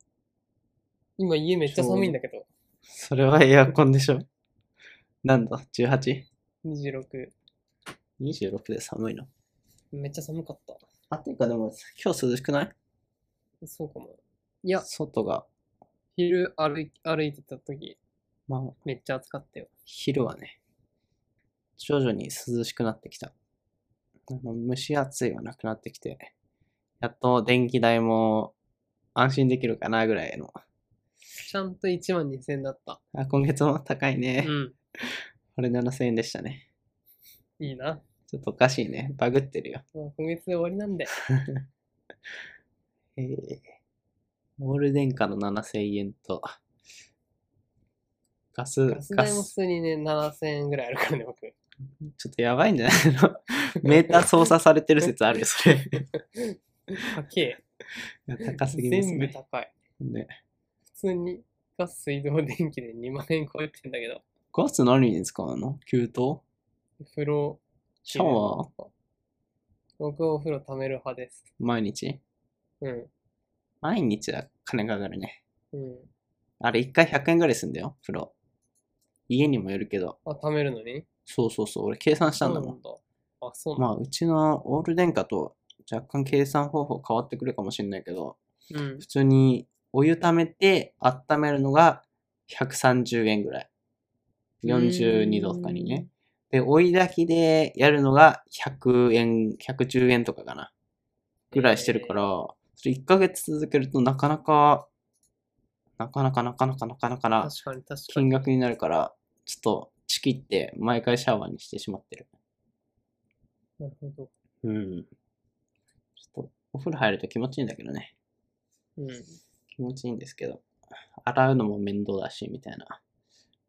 今家めっちゃ寒いんだけど。それはエアコンでしょ。なんだ ?18?26 26。で寒いの。めっちゃ寒かっあ、ていうかでも、今日涼しくないた。そうかも。いや、外が、昼歩い歩いてた時、まあ、めっちゃ暑かったよ。昼はね、徐々に涼しくなってきた。あの蒸し暑いはなくなってきて、やっと電気代も安心できるかなぐらいの。ちゃんと1万2000円だった。あ、今月も高いねう。ん。これ7000円でしたね。いいな。ちょっとおかしいね。バグってるよ。 もう今月で終わりなんで。えー、オール電化の7000円と、ガス、ガス代も普通にね、7000円ぐらいあるからね、僕。ちょっとやばいんじゃないの メーター操作されてる説あるよ、 それ。い高え。や高すぎます全部ね。高い。ね普通にガス、水道、電気で2万円超えてんだけど。ガス何に使うの給湯風呂、シャワーー僕はお風呂貯める派です。毎日うん。毎日は金かかるね。うん。あれ、一回100円ぐらいすんだよ、風呂。家にもよるけど。あ、貯めるのにそうそうそう、俺計算したんだそうも。なんだ。あ、そうなんまあ、うちのオール電化と若干計算方法変わってくるかもしれないけど、だ。う普。ん通にお湯溜めて温めるのが130円ぐらい。42度とかにね。で、追い炊きでやるのが100円、110円とかかな。ぐらいしてるから、それ1ヶ月続けるとなかなか、なかなかなかなかなかなかうん。な確かに確か金に。額になるから、ちょっとチキって毎回シャワーにしてしまってる。なるほど。うん。ちょっとお風呂入ると気持ちいいんだけどね。うん。気持ちいいんですけど、洗うのも面倒だし、みたいな。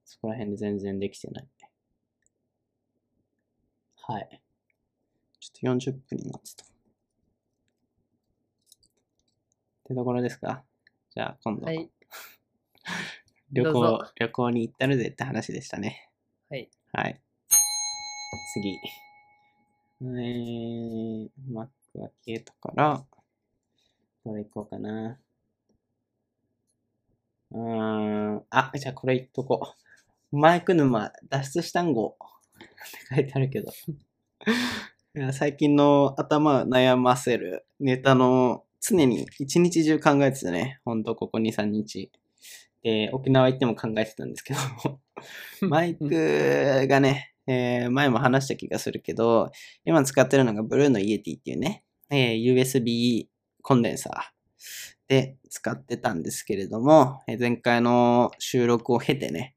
そこら辺で全然できてない。はい。ちょっと40分になってた。ってところですかじゃあ今度、はい。旅どう行ぞ、旅行に行ったるぜって話でしたね。はい。はい。次。えー、マックは消えたから、どれ行こうかな。うーん、あ、じゃあこれ言っとこう。マイク沼脱出したんごって書いてあるけど。いや最近の頭を悩ませるネタの常に一日中考えてたね。ほんとここ2、3日。で、沖縄行っても考えてたんですけど、 マイクがね、えー前も話した気がするけど、今使ってるのがブルーのイエティっていうね、えー USB コンデンサーで使ってたんですけれども、えー前回の収録を経てね、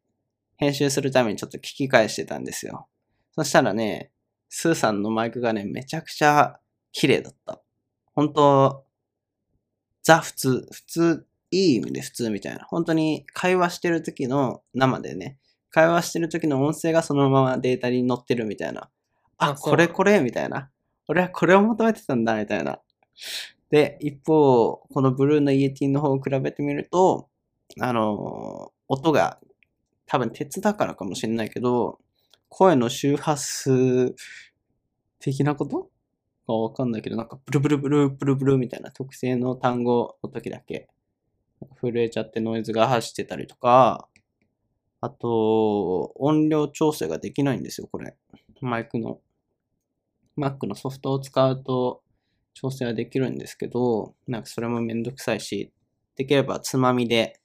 編集するためにちょっと聞き返してたんですよ。そしたらね、スーさんのマイクがね、めちゃくちゃ綺麗だった。本当ザ普通、普通、いい意味で普通みたいな。本当に会話してる時の生でね、会話してる時の音声がそのままデータに載ってるみたいな。あ、あそうこれこれみたいな。俺はこれを求めてたんだみたいな。で、一方、このブルーのイエティの方を比べてみると、あの、音が多分鉄だからかもしれないけど、声の周波数的なことがわかんないけど、なんかブルブルブルブルブルみたいな特性の単語の時だけ、震えちゃってノイズが走ってたりとか、あと、音量調整ができないんですよ、これ。マイクの。Mac のソフトを使うと調整はできるんですけど、なんかそれもめんどくさいし、できればつまみで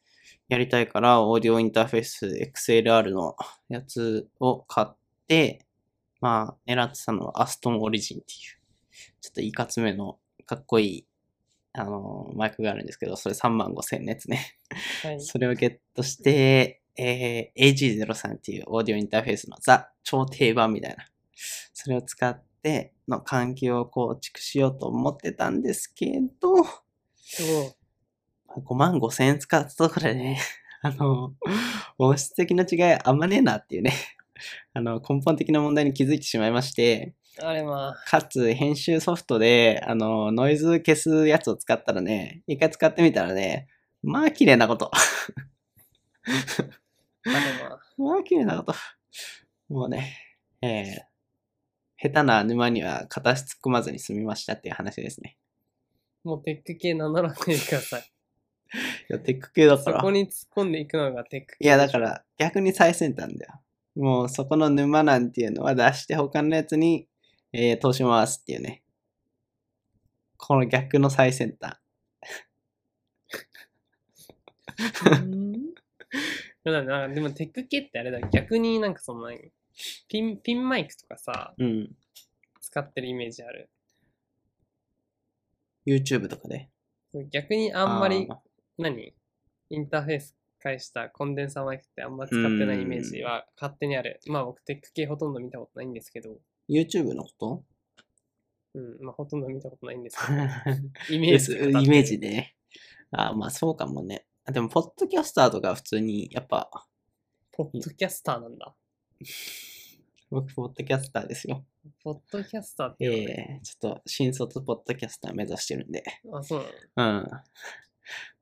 やりたいから、オーディオインターフェース XLR のやつを買って、まあ、狙ってたのはアストンオリジンっていう、ちょっといかつめのかっこいい、あのマイクがあるんですけど、それ3万5千円のやつね。 はい。それをゲットして、えー AG03 っていうオーディオインターフェースのザ超定番みたいな、それを使っての環境を構築しようと思ってたんですけど、5万5千円使ったところでね、 あの、音質的な違いあんまねえなっていうね、あの、根本的な問題に気づいてしまいまして、うんあれまあ、かつ編集ソフトで、あの、ノイズ消すやつを使ったらね、一回使ってみたらね、まあ綺麗なこと。 あれまあ。まあ、綺麗なこと。もうね、えー、下手な沼には片足突っ込まずに済みましたっていう話ですね。もうテック系名乗らないでくださ い。いや、テック系だかそら。こに突っ込んでいくのがテック系。いや、だから逆に最先端だよ。もうそこの沼なんていうのは出して他のやつに、えー、投資回すっていうね。この逆の最先端。うんいやだからなんかでもテック系ってあれだ逆になんかその何ピンピンマイクとかさうん。使ってるイメージある YouTube とかで。逆にあんまりあー何インターフェース返したコンデンサーマイクってあんま使ってないイメージは勝手にあるまあ僕テック系ほとんど見たことないんですけど YouTube のことうんまあほとんど見たことない んですけどイイメージで語ってるイメージでね。あーまあそうかもね。あでも、ポッドキャスターとか普通に、やっぱ、ポッドキャスターなんだ僕、ポッドキャスターですよ。ポッドキャスターってえ言うのねえちょっと、新卒ポッドキャスター目指してるんで。あそうなの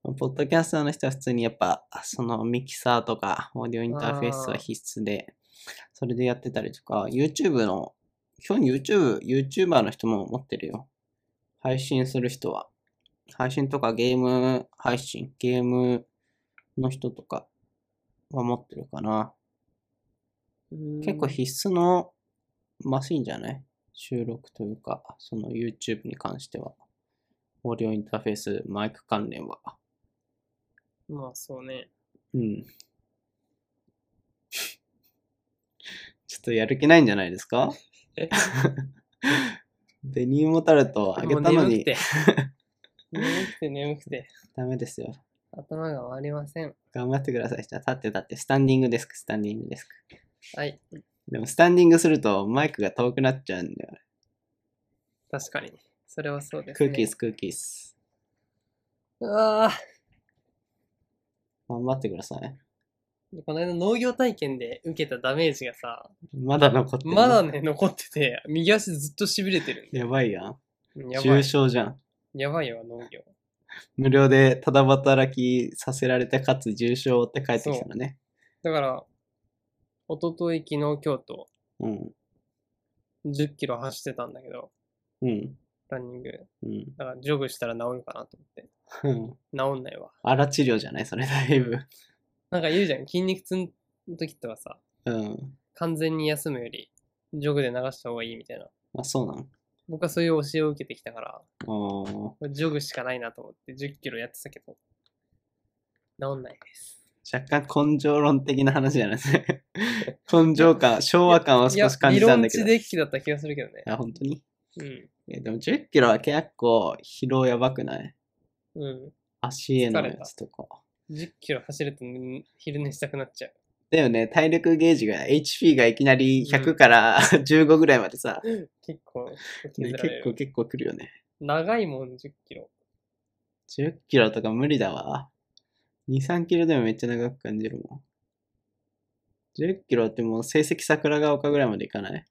うん。 ポッドキャスターの人は普通にやっぱ、そのミキサーとか、オーディオインターフェースは必須で、それでやってたりとか、YouTube の、基本 YouTube、YouTuber の人も持ってるよ。配信する人は。配信とかゲーム配信、ゲームの人とかは持ってるかな。うん結構必須のマシンじゃない収録というか、その YouTube に関しては。オーディオインターフェース、マイク関連は。まあそうねうん。ちょっとやる気ないんじゃないですか えベニーモタルトあげたのもう眠 にくて眠くて眠くてダメですよ。頭が回りません頑張ってください。じゃあ立って立って、スタンディングデスク、スタンディングデスク。はいでもスタンディングするとマイクが遠くなっちゃうんだよ。確かにそれはそうですクねーキース、クーキース。うわー頑張ってください。この間農業体験で受けたダメージがさ、まだ残ってる。まだね、残ってて、右足ずっと痺れてるんだよやばいやん。うんやば重い。症じゃん。やばいよ、農業。無料でただ働きさせられて、かつ重症を負って帰ってきたのね。だから、一昨日昨日、今日とうん。 10キロ走ってたんだけど、うん。ランニング。うん。だから、ジョグしたら治るかなと思って。うん。治んないわ。あら治療じゃないそれだいぶ。なんか言うじゃん、筋肉痛の時とかさ、うん。完全に休むより、ジョグで流した方がいいみたいな。あ、そうなん。僕はそういう教えを受けてきたかあら、ーこれジョグしかないなと思って10キロやってたけど、治んないです。若干根性論的な話じゃないですね。根性感、昭和感を少し感じたんだけど。いや理論値デッキだった気がするけどね。あ、本当にうん。えでも10キロは結構疲労やばくないうん。足への疲れやたつとか。 10キロ走るとうん昼寝したくなっちゃう。だよね、体力ゲージが、HP がいきなり100から15ぐらいまでさ、結構、削結られる構結構くるよね。長いもん10キロ。 10キロとか無理だわ。2、3キロでもめっちゃ長く感じるもん。10キロってもう成績桜ヶ丘ぐらいまでいかない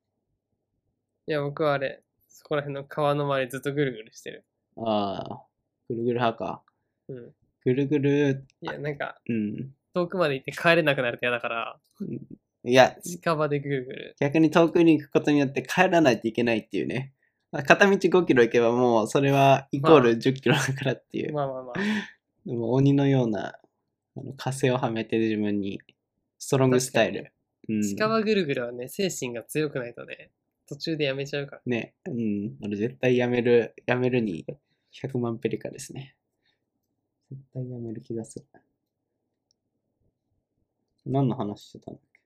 いや、僕はあれ、そこら辺の川の周りずっとぐるぐるしてる。ああ、ぐるぐる派か。うん。ぐるぐる、いや、なんか、うん。遠くまで行って帰れなくなると嫌だから、いや、近場でぐるぐる。逆に遠くに行くことによって帰らないといけないっていうね。あ片道5キロ行けばもうそれはイコール10キロだからっていう。まあまあまあ。もう鬼のような、あの、枷をはめて自分に、ストロングスタイル。うん。近場ぐるぐるはね、精神が強くないとね、途中でやめちゃうから。ね、うん。俺絶対やめる、やめるに100万ペリカですね。絶対やめる気がする。何の話してたんだっけ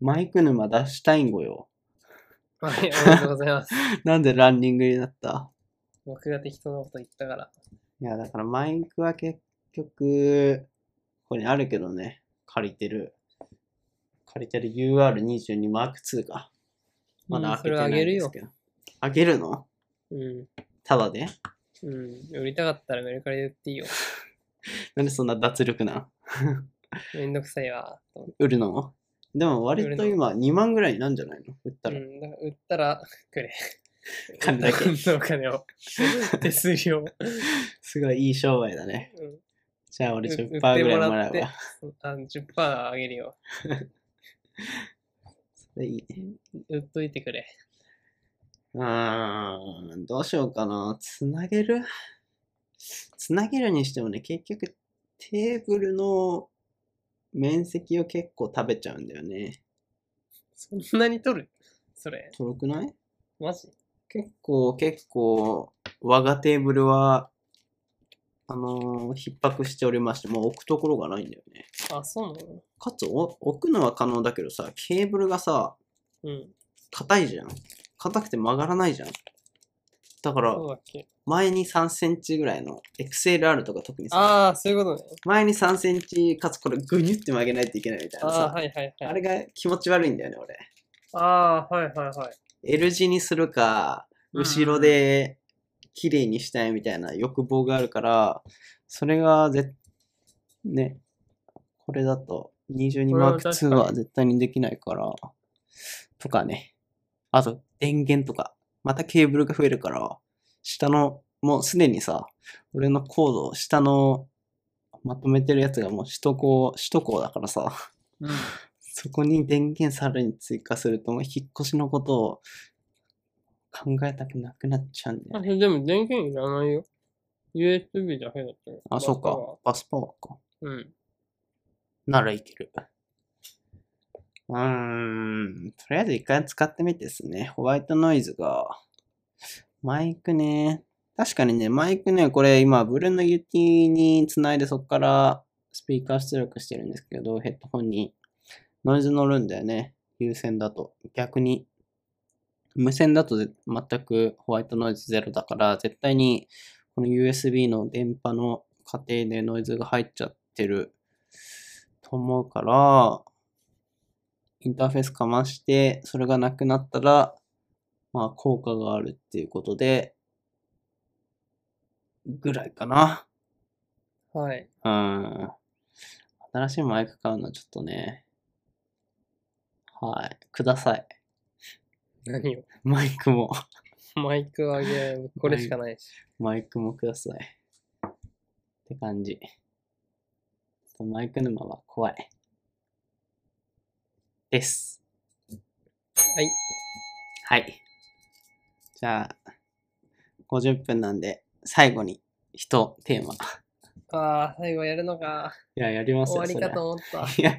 マイク沼出したいんごよ。 はい、ありがとうございます。 なんでランニングになった僕が適当なこと言ったから。いや、だからマイクは結局、ここにあるけどね、借りてる。借りてる UR22 マーク2が。まだ開けてないんですけど。あげるのうん。ただでうん。売りたかったらメルカリで売っていいよ。なんでそんな脱力なのめんどくさいわ。と思って売るのでも割と今2万ぐらいなんじゃないの売ったうら。ん。だから売ったら、 く れ。金だけ売ったらお金を。手数料。 すごいいい商売だね。うんじゃあ俺う10%ぐらいも売らっうてもわら。あの10%あげるよ。それいいね。売っといてくれ。うーん、どうしようかな。つなげるつなげるにしてもね、結局テーブルの面積を結構食べちゃうんだよね。そんなに取るそれ。とろくないマジ結構、結構、我がテーブルは、あのー、逼迫しておりまして、もう置くところがないんだよね。あ、そうなのかつお置くのは可能だけどさ、ケーブルがさ、うん。硬いじゃん。硬くて曲がらないじゃん。だから、そうだっけ。前に3センチぐらいの XLR とか特にさ、ああ、そういうことね。前に3センチ、かつこれぐにゅって曲げないといけないみたいあなあー、さ、はいはいはい。あれが気持ち悪いんだよね、俺。ああ、はいはいはい。 L 字にするか、後ろで綺麗にしたいみたいな欲望があるから、それがぜ、ね、これだと22これはマーク2確かには絶対にできないから、とかね。あと、電源とか。またケーブルが増えるから、下の、もうすでにさ、俺のコード、下の、まとめてるやつがもう首都高、首都高だからさ、うん。そこに電源さらに追加すると、もう引っ越しのことを考えたくなくなっちゃうんだよあね。れでも電源いらないよ。USB だけだったよ。あ、そうバッターかは。バスパワーか。うん。ならいける。うーん。とりあえず一回使ってみてですね。ホワイトノイズが。マイクね。確かにね、マイクね、これ今、ブルーの UT につないでそこからスピーカー出力してるんですけど、ヘッドホンにノイズ乗るんだよね。有線だと。逆に。無線だとぜ全くホワイトノイズゼロだから、絶対にこの USB の電波の過程でノイズが入っちゃってると思うから、インターフェースかまして、それがなくなったら、まあ効果があるっていうことで、ぐらいかな。はい。うん。新しいマイク買うのはちょっとね、はい、ください。何を。マイクも、マイクをあげられる。これしかないし。マイクもください。って感じ。マイク沼は怖い。です。はい。はい。じゃあ、50分なんで、最後に、一テーマ。いああ、最後やるのか。や、やりますよ、終わりかと思っそた。れいや、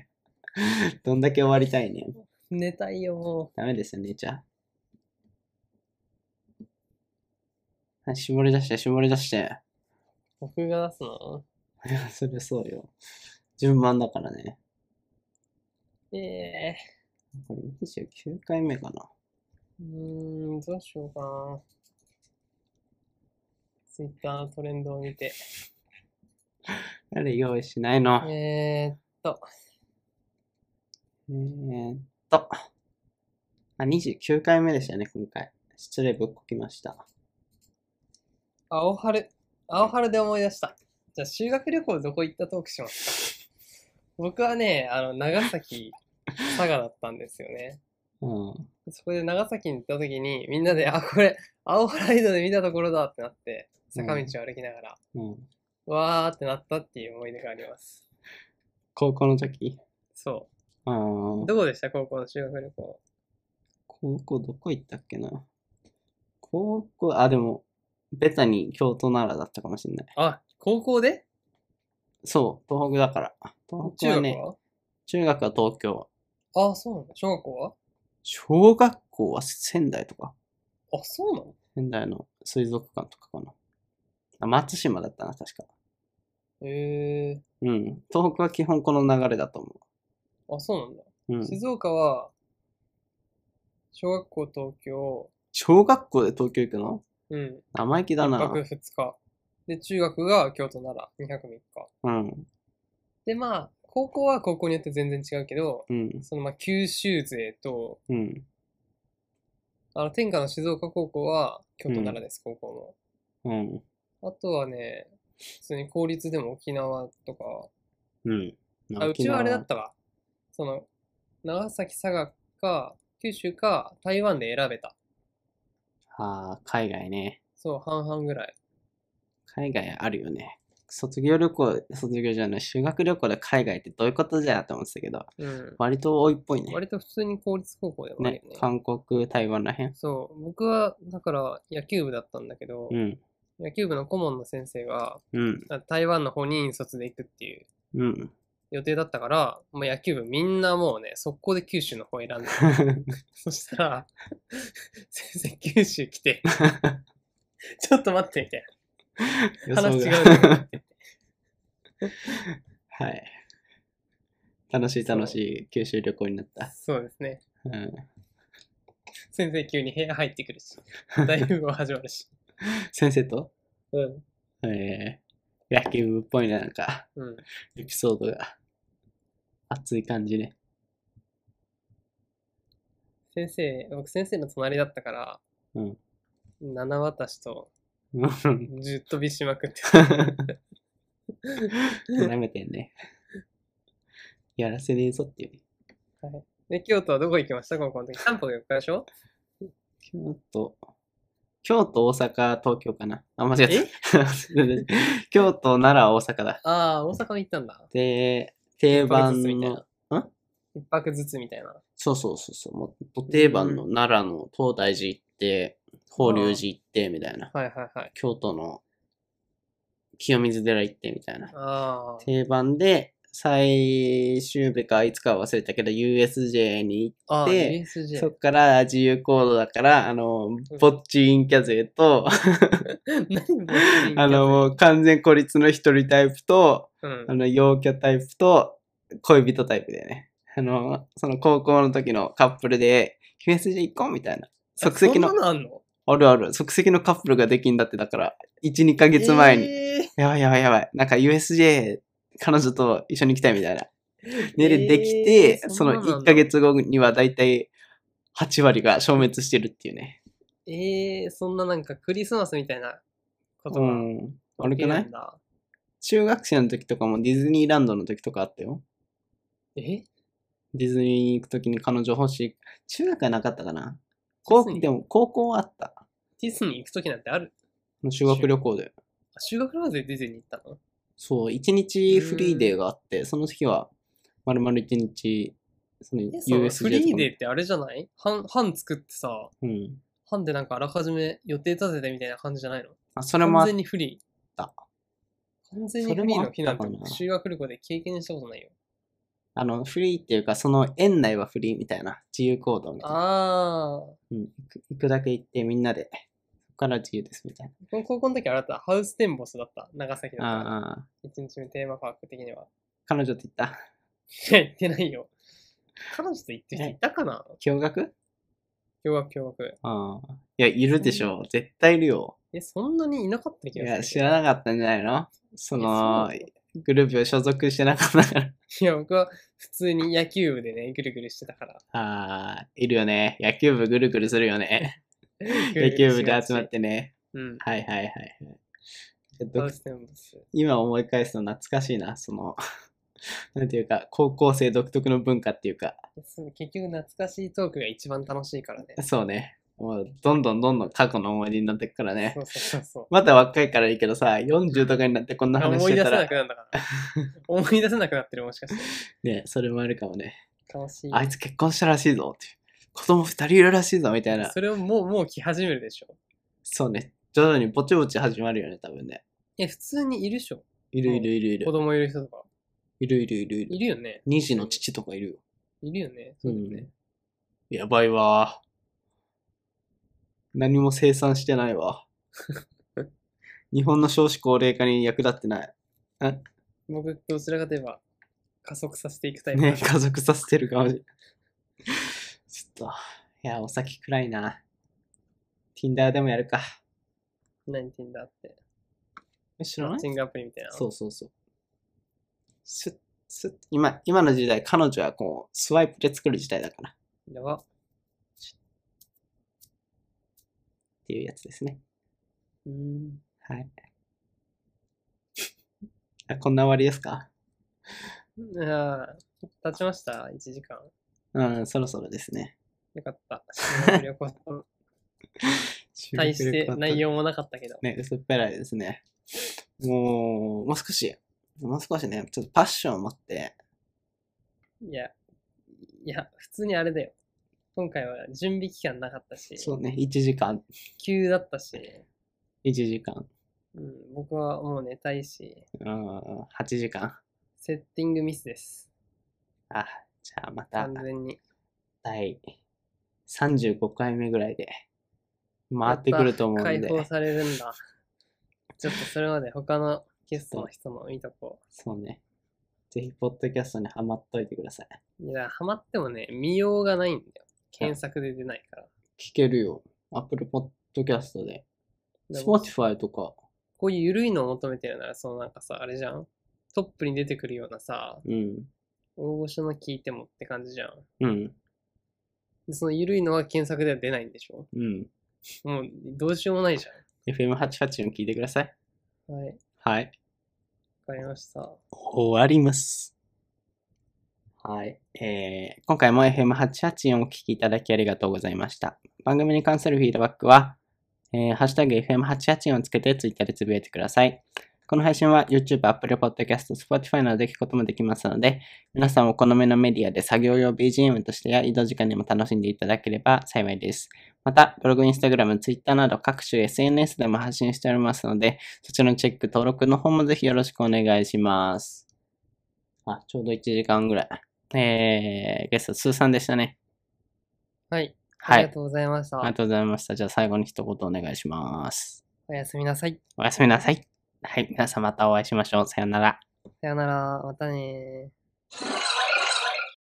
どんだけ終わりたいね。寝たいよ、もダメですよね、じゃあ。はい絞り出して、絞り出して。う。僕が出すのいやそれそうよ。順番だからね。ええこれ29回目かな。うーん、どうしようかな。ツイッターのトレンドを見て。誰用意しないのえーっと、えーっと。あ、29回目でしたね、今回。失礼ぶっこきました。青春、青春で思い出した。じゃあ修学旅行どこ行ったトークしますか。僕はね、あの、長崎、佐賀だったんですよね。うん。そこで長崎に行った時に、みんなで、あ、これ、青ライドで見たところだってなって、坂道を歩きながら、うん。わーってなったっていう思い出があります。高校の時そああ。う。どこでした高校の修学旅行。高校どこ行ったっけな高校、あ、でも、ベタに京都奈良だったかもしれない。あ、高校でそう、東北だから。東北中は学ね、は中学は東京。あ、そうなの小学校は小学校は仙台とか。あ、そうなの仙台の水族館とかかな。あ、松島だったな、確か。へえうん。東北は基本この流れだと思ー。あ、そうなんだ。う。うん。静岡は、小学校東京、小学校で東京行くのうん、生意気だ1な泊。2日。で、中学が京都奈良、2泊3日。うん。で、まあ、高校は高校によって全然違うけど、うん。そのまあ九州勢と、うん。あの天下の静岡高校は京都奈良です、高校うん。の。あとはね、普通に公立でも沖縄とか、うん。。あ、うちはあれだったたわ。その、長崎、佐賀か、九州か、台湾で選べた。ああ、海外ね。そう、半々ぐらい。海外あるよね。卒業旅行、卒業じゃない、修学旅行で海外ってどういうことじゃって思ってたけど、うん。割と多いっぽいね。割と普通に公立高校でもあるよね、韓国、台湾らへん。そう、僕は、だから野球部だったんだけど、うん、野球部の顧問の先生が、うん、あ台湾の方に引率で行くっていううん。予定だったから、もう野球部みんなもうね、速攻で九州の方選んで、 そしたら、先生九州 来て、ちょっと待ってみたい予な。想が話違うんだけどって はい。楽しい楽しい九州旅行になった。そうですね。うん、先生急に部屋入ってくる し、大富豪始まるし。先生と、うん。えー、野球部っぽいね、なんか、うん。エピソードが。熱い感じね。先生、僕先生の隣だったから、うん七渡しとうんずっとびしま くってた。舐めてんね。やらせねえぞっていうね。で、京都はどこ行きました高校の時。タンポポ4日でしょ京都。京都、大阪、東京かな。あ、間違ええた。 京都、奈良、大阪だ。ああ、大阪に行ったんだ。で、定番一泊ずつみたいのな、一泊ずつみたいな。そうそうそうそう、もっと定番の奈良の東大寺行って、法隆寺行って、みたいな。はいはいはい。京都の清水寺行って、みたいな。あ定番で、最終日かいつかは忘れたけど、USJ に行っあ。ああ、で USJ て、そっから自由行動だから、あの、ぼっちインキャゼと、何ぼっちりんあの、もう完全孤立の一人タイプと、うんあ。の、陽キャタイプと、恋人タイプでね。あの、その高校の時のカップルで、USJ 行こうみたいな。即席のあそん、なのあんのあるある、即席のカップルができんだって、だから、1、2ヶ月前に、えやばいやばいやばい、なんか USJ、彼女と一緒に行きたいみたいな。ねで、えーできて、そそんなののなんだ1ヶ月後には大体、8割が消滅してるっていうね。ー、えー、そんななんかクリスマスみたいなことうがん。悪くな起きるんいだ中学生の時とかもディズニーランドの時とかあったよ。えディズニーに行くときに彼女欲しい。中学はなかったかな高ディズニーでも高校はあった。ディズニー行くときなんてある修学旅行で。あ修学旅行でディズニー行ったのそう、一日フリーデーがあって、その時は、まるまる一日、そのえその USJ フリーデーとってあれじゃない班班作ってさ、かもうん。班でなんかあらかじめ予定立ててみたいな感じじゃないのあ、それもあ完っ全にフリー。た完全にフリーの日なんてそれもあったかな修学旅行で経験したことないよ。あの、フリーっていうか、その園内はフリーみたいな、自由行動みたいな。あうあ。ん、行く行くだけ行ってみんなで、そこから自由ですみたいこの高校の時あなた、ハウステンボスだった。長崎だな。ったから。ああ、一日目テーマパーク的には。彼女と行った。いや、行ってないよ。彼女と行ってる人いたかな驚愕驚愕驚愕。ああ。いや、いるでしょ。絶対いるよ。え、そんなにいなかった気いがや、す知るけど。らなかったんじゃないのそのえ、グループを所属してなかったから。 いや、僕は普通に野球部でね、ぐるぐるしてたから。ああ、いるよね。野球部ぐるぐるするよね。野野球部で集まっ。てね。うん。はいはいはいはい。ちょっとハウステンボス。今思い返すと懐かしいな、その、 なんていうか、高校生独特の文化っていうか、そう結局懐かしいトークが一番楽し いからね。そうね。もう、どんどんどんどん過去の思い出になってくからねそ。うそうそうそう。また若いからいいけどさ、40とかになってこんなあ話思しいて出たせらな、くなった から。思い出せなくなってる、もしかして。ね、それもあるかもね。楽しい。あいつ結婚したらしいぞっていう。子供2人いるらしいぞみたいな。それをもう、もう来始めるでしょ。そうね。徐々にぼちぼち始まるよね、多分ね。え、普通にいるでしょ。いるいるいるいる子。供いる人とか。いるいるいるいる。いるよね。 2児の父とかいるよ。いるよね。うそうだよねん。やばいわ。何も生産してない わ。日本の少子高齢化に役立って ない。僕、どちらかといえば、加速させていくタイプだね、家族させてるかもしれない。ちょっと、いや、お先暗いな。Tinder でもやるか。 何てんだって。知マッチングアプリみたいな。そうそうそう。スッ、スッ。今、今の時代、彼女はこう、スワイプで作る時代だから。っやば。ていうやつですね。うーん。はい。 あこんな終わりですかああ、経ちました、1時間。うん、そろそろですね。よ かった。修学旅行と対して内容もなかったけど。ね、薄っぺらいですね。もう、もう少し、もう少しね、ちょっとパッションを持って、いや、いや、普通にあれだよ。今回は準備期間なかったし、そうね、1時間、急だったし、 1時間、うん、僕はもう寝たいし、うん、8時間。セッティングミスです。あ、じゃあまた完、全に。第35回目ぐらいで、回ってくると思うんやっでた、解放されるんだ。ちょっとそれまで他のゲストの人の見とこそうね。ぜひ、ポッドキャストにハマっといてください。う。いや、ハマってもね、見ようがないんだよ。検索で出ないから。聞けるよ。Apple Podcast で。でも Spotify とか。こういう緩いのを求めてるなら、そのなんかさ、あれじゃんトップに出てくるようなさ、うん。大御所の聞いてもって感じじゃん。うん。でその緩いのは検索では出ないんでしょうん。もうどうしようもないじ FM88 に聞いてください。ゃん。はい、わはい。かりました。終わります。はい。えー、今回も FM884 をお聞きいただきありがとうございました。番組に関するフィードバックは、えー、ハッシュタグ FM884 をつけてツイッターでつぶやいてください。この配信は YouTube、Apple Podcast、Spotify などで聞くこともできますので、皆さんお好みのメディアで作業用 BGM としてや移動時間にも楽しんでいただければ幸いです。また、ブログ、インスタグラム、ツイッターなど各種 SNS でも発信しておりますので、そちらのチェック、登録の方もぜひよろしくお願いします。あ、ちょうど1時間ぐらい。えー、ゲスト、スーさんでしたね。はい、あはりがい。とうございました。ありがとうございました。じゃあ最後に一言お願いします。おやすみなさい。おやすみなさい。はい。皆さんまたお会いしましょう。さよなら。さよなら、またねー。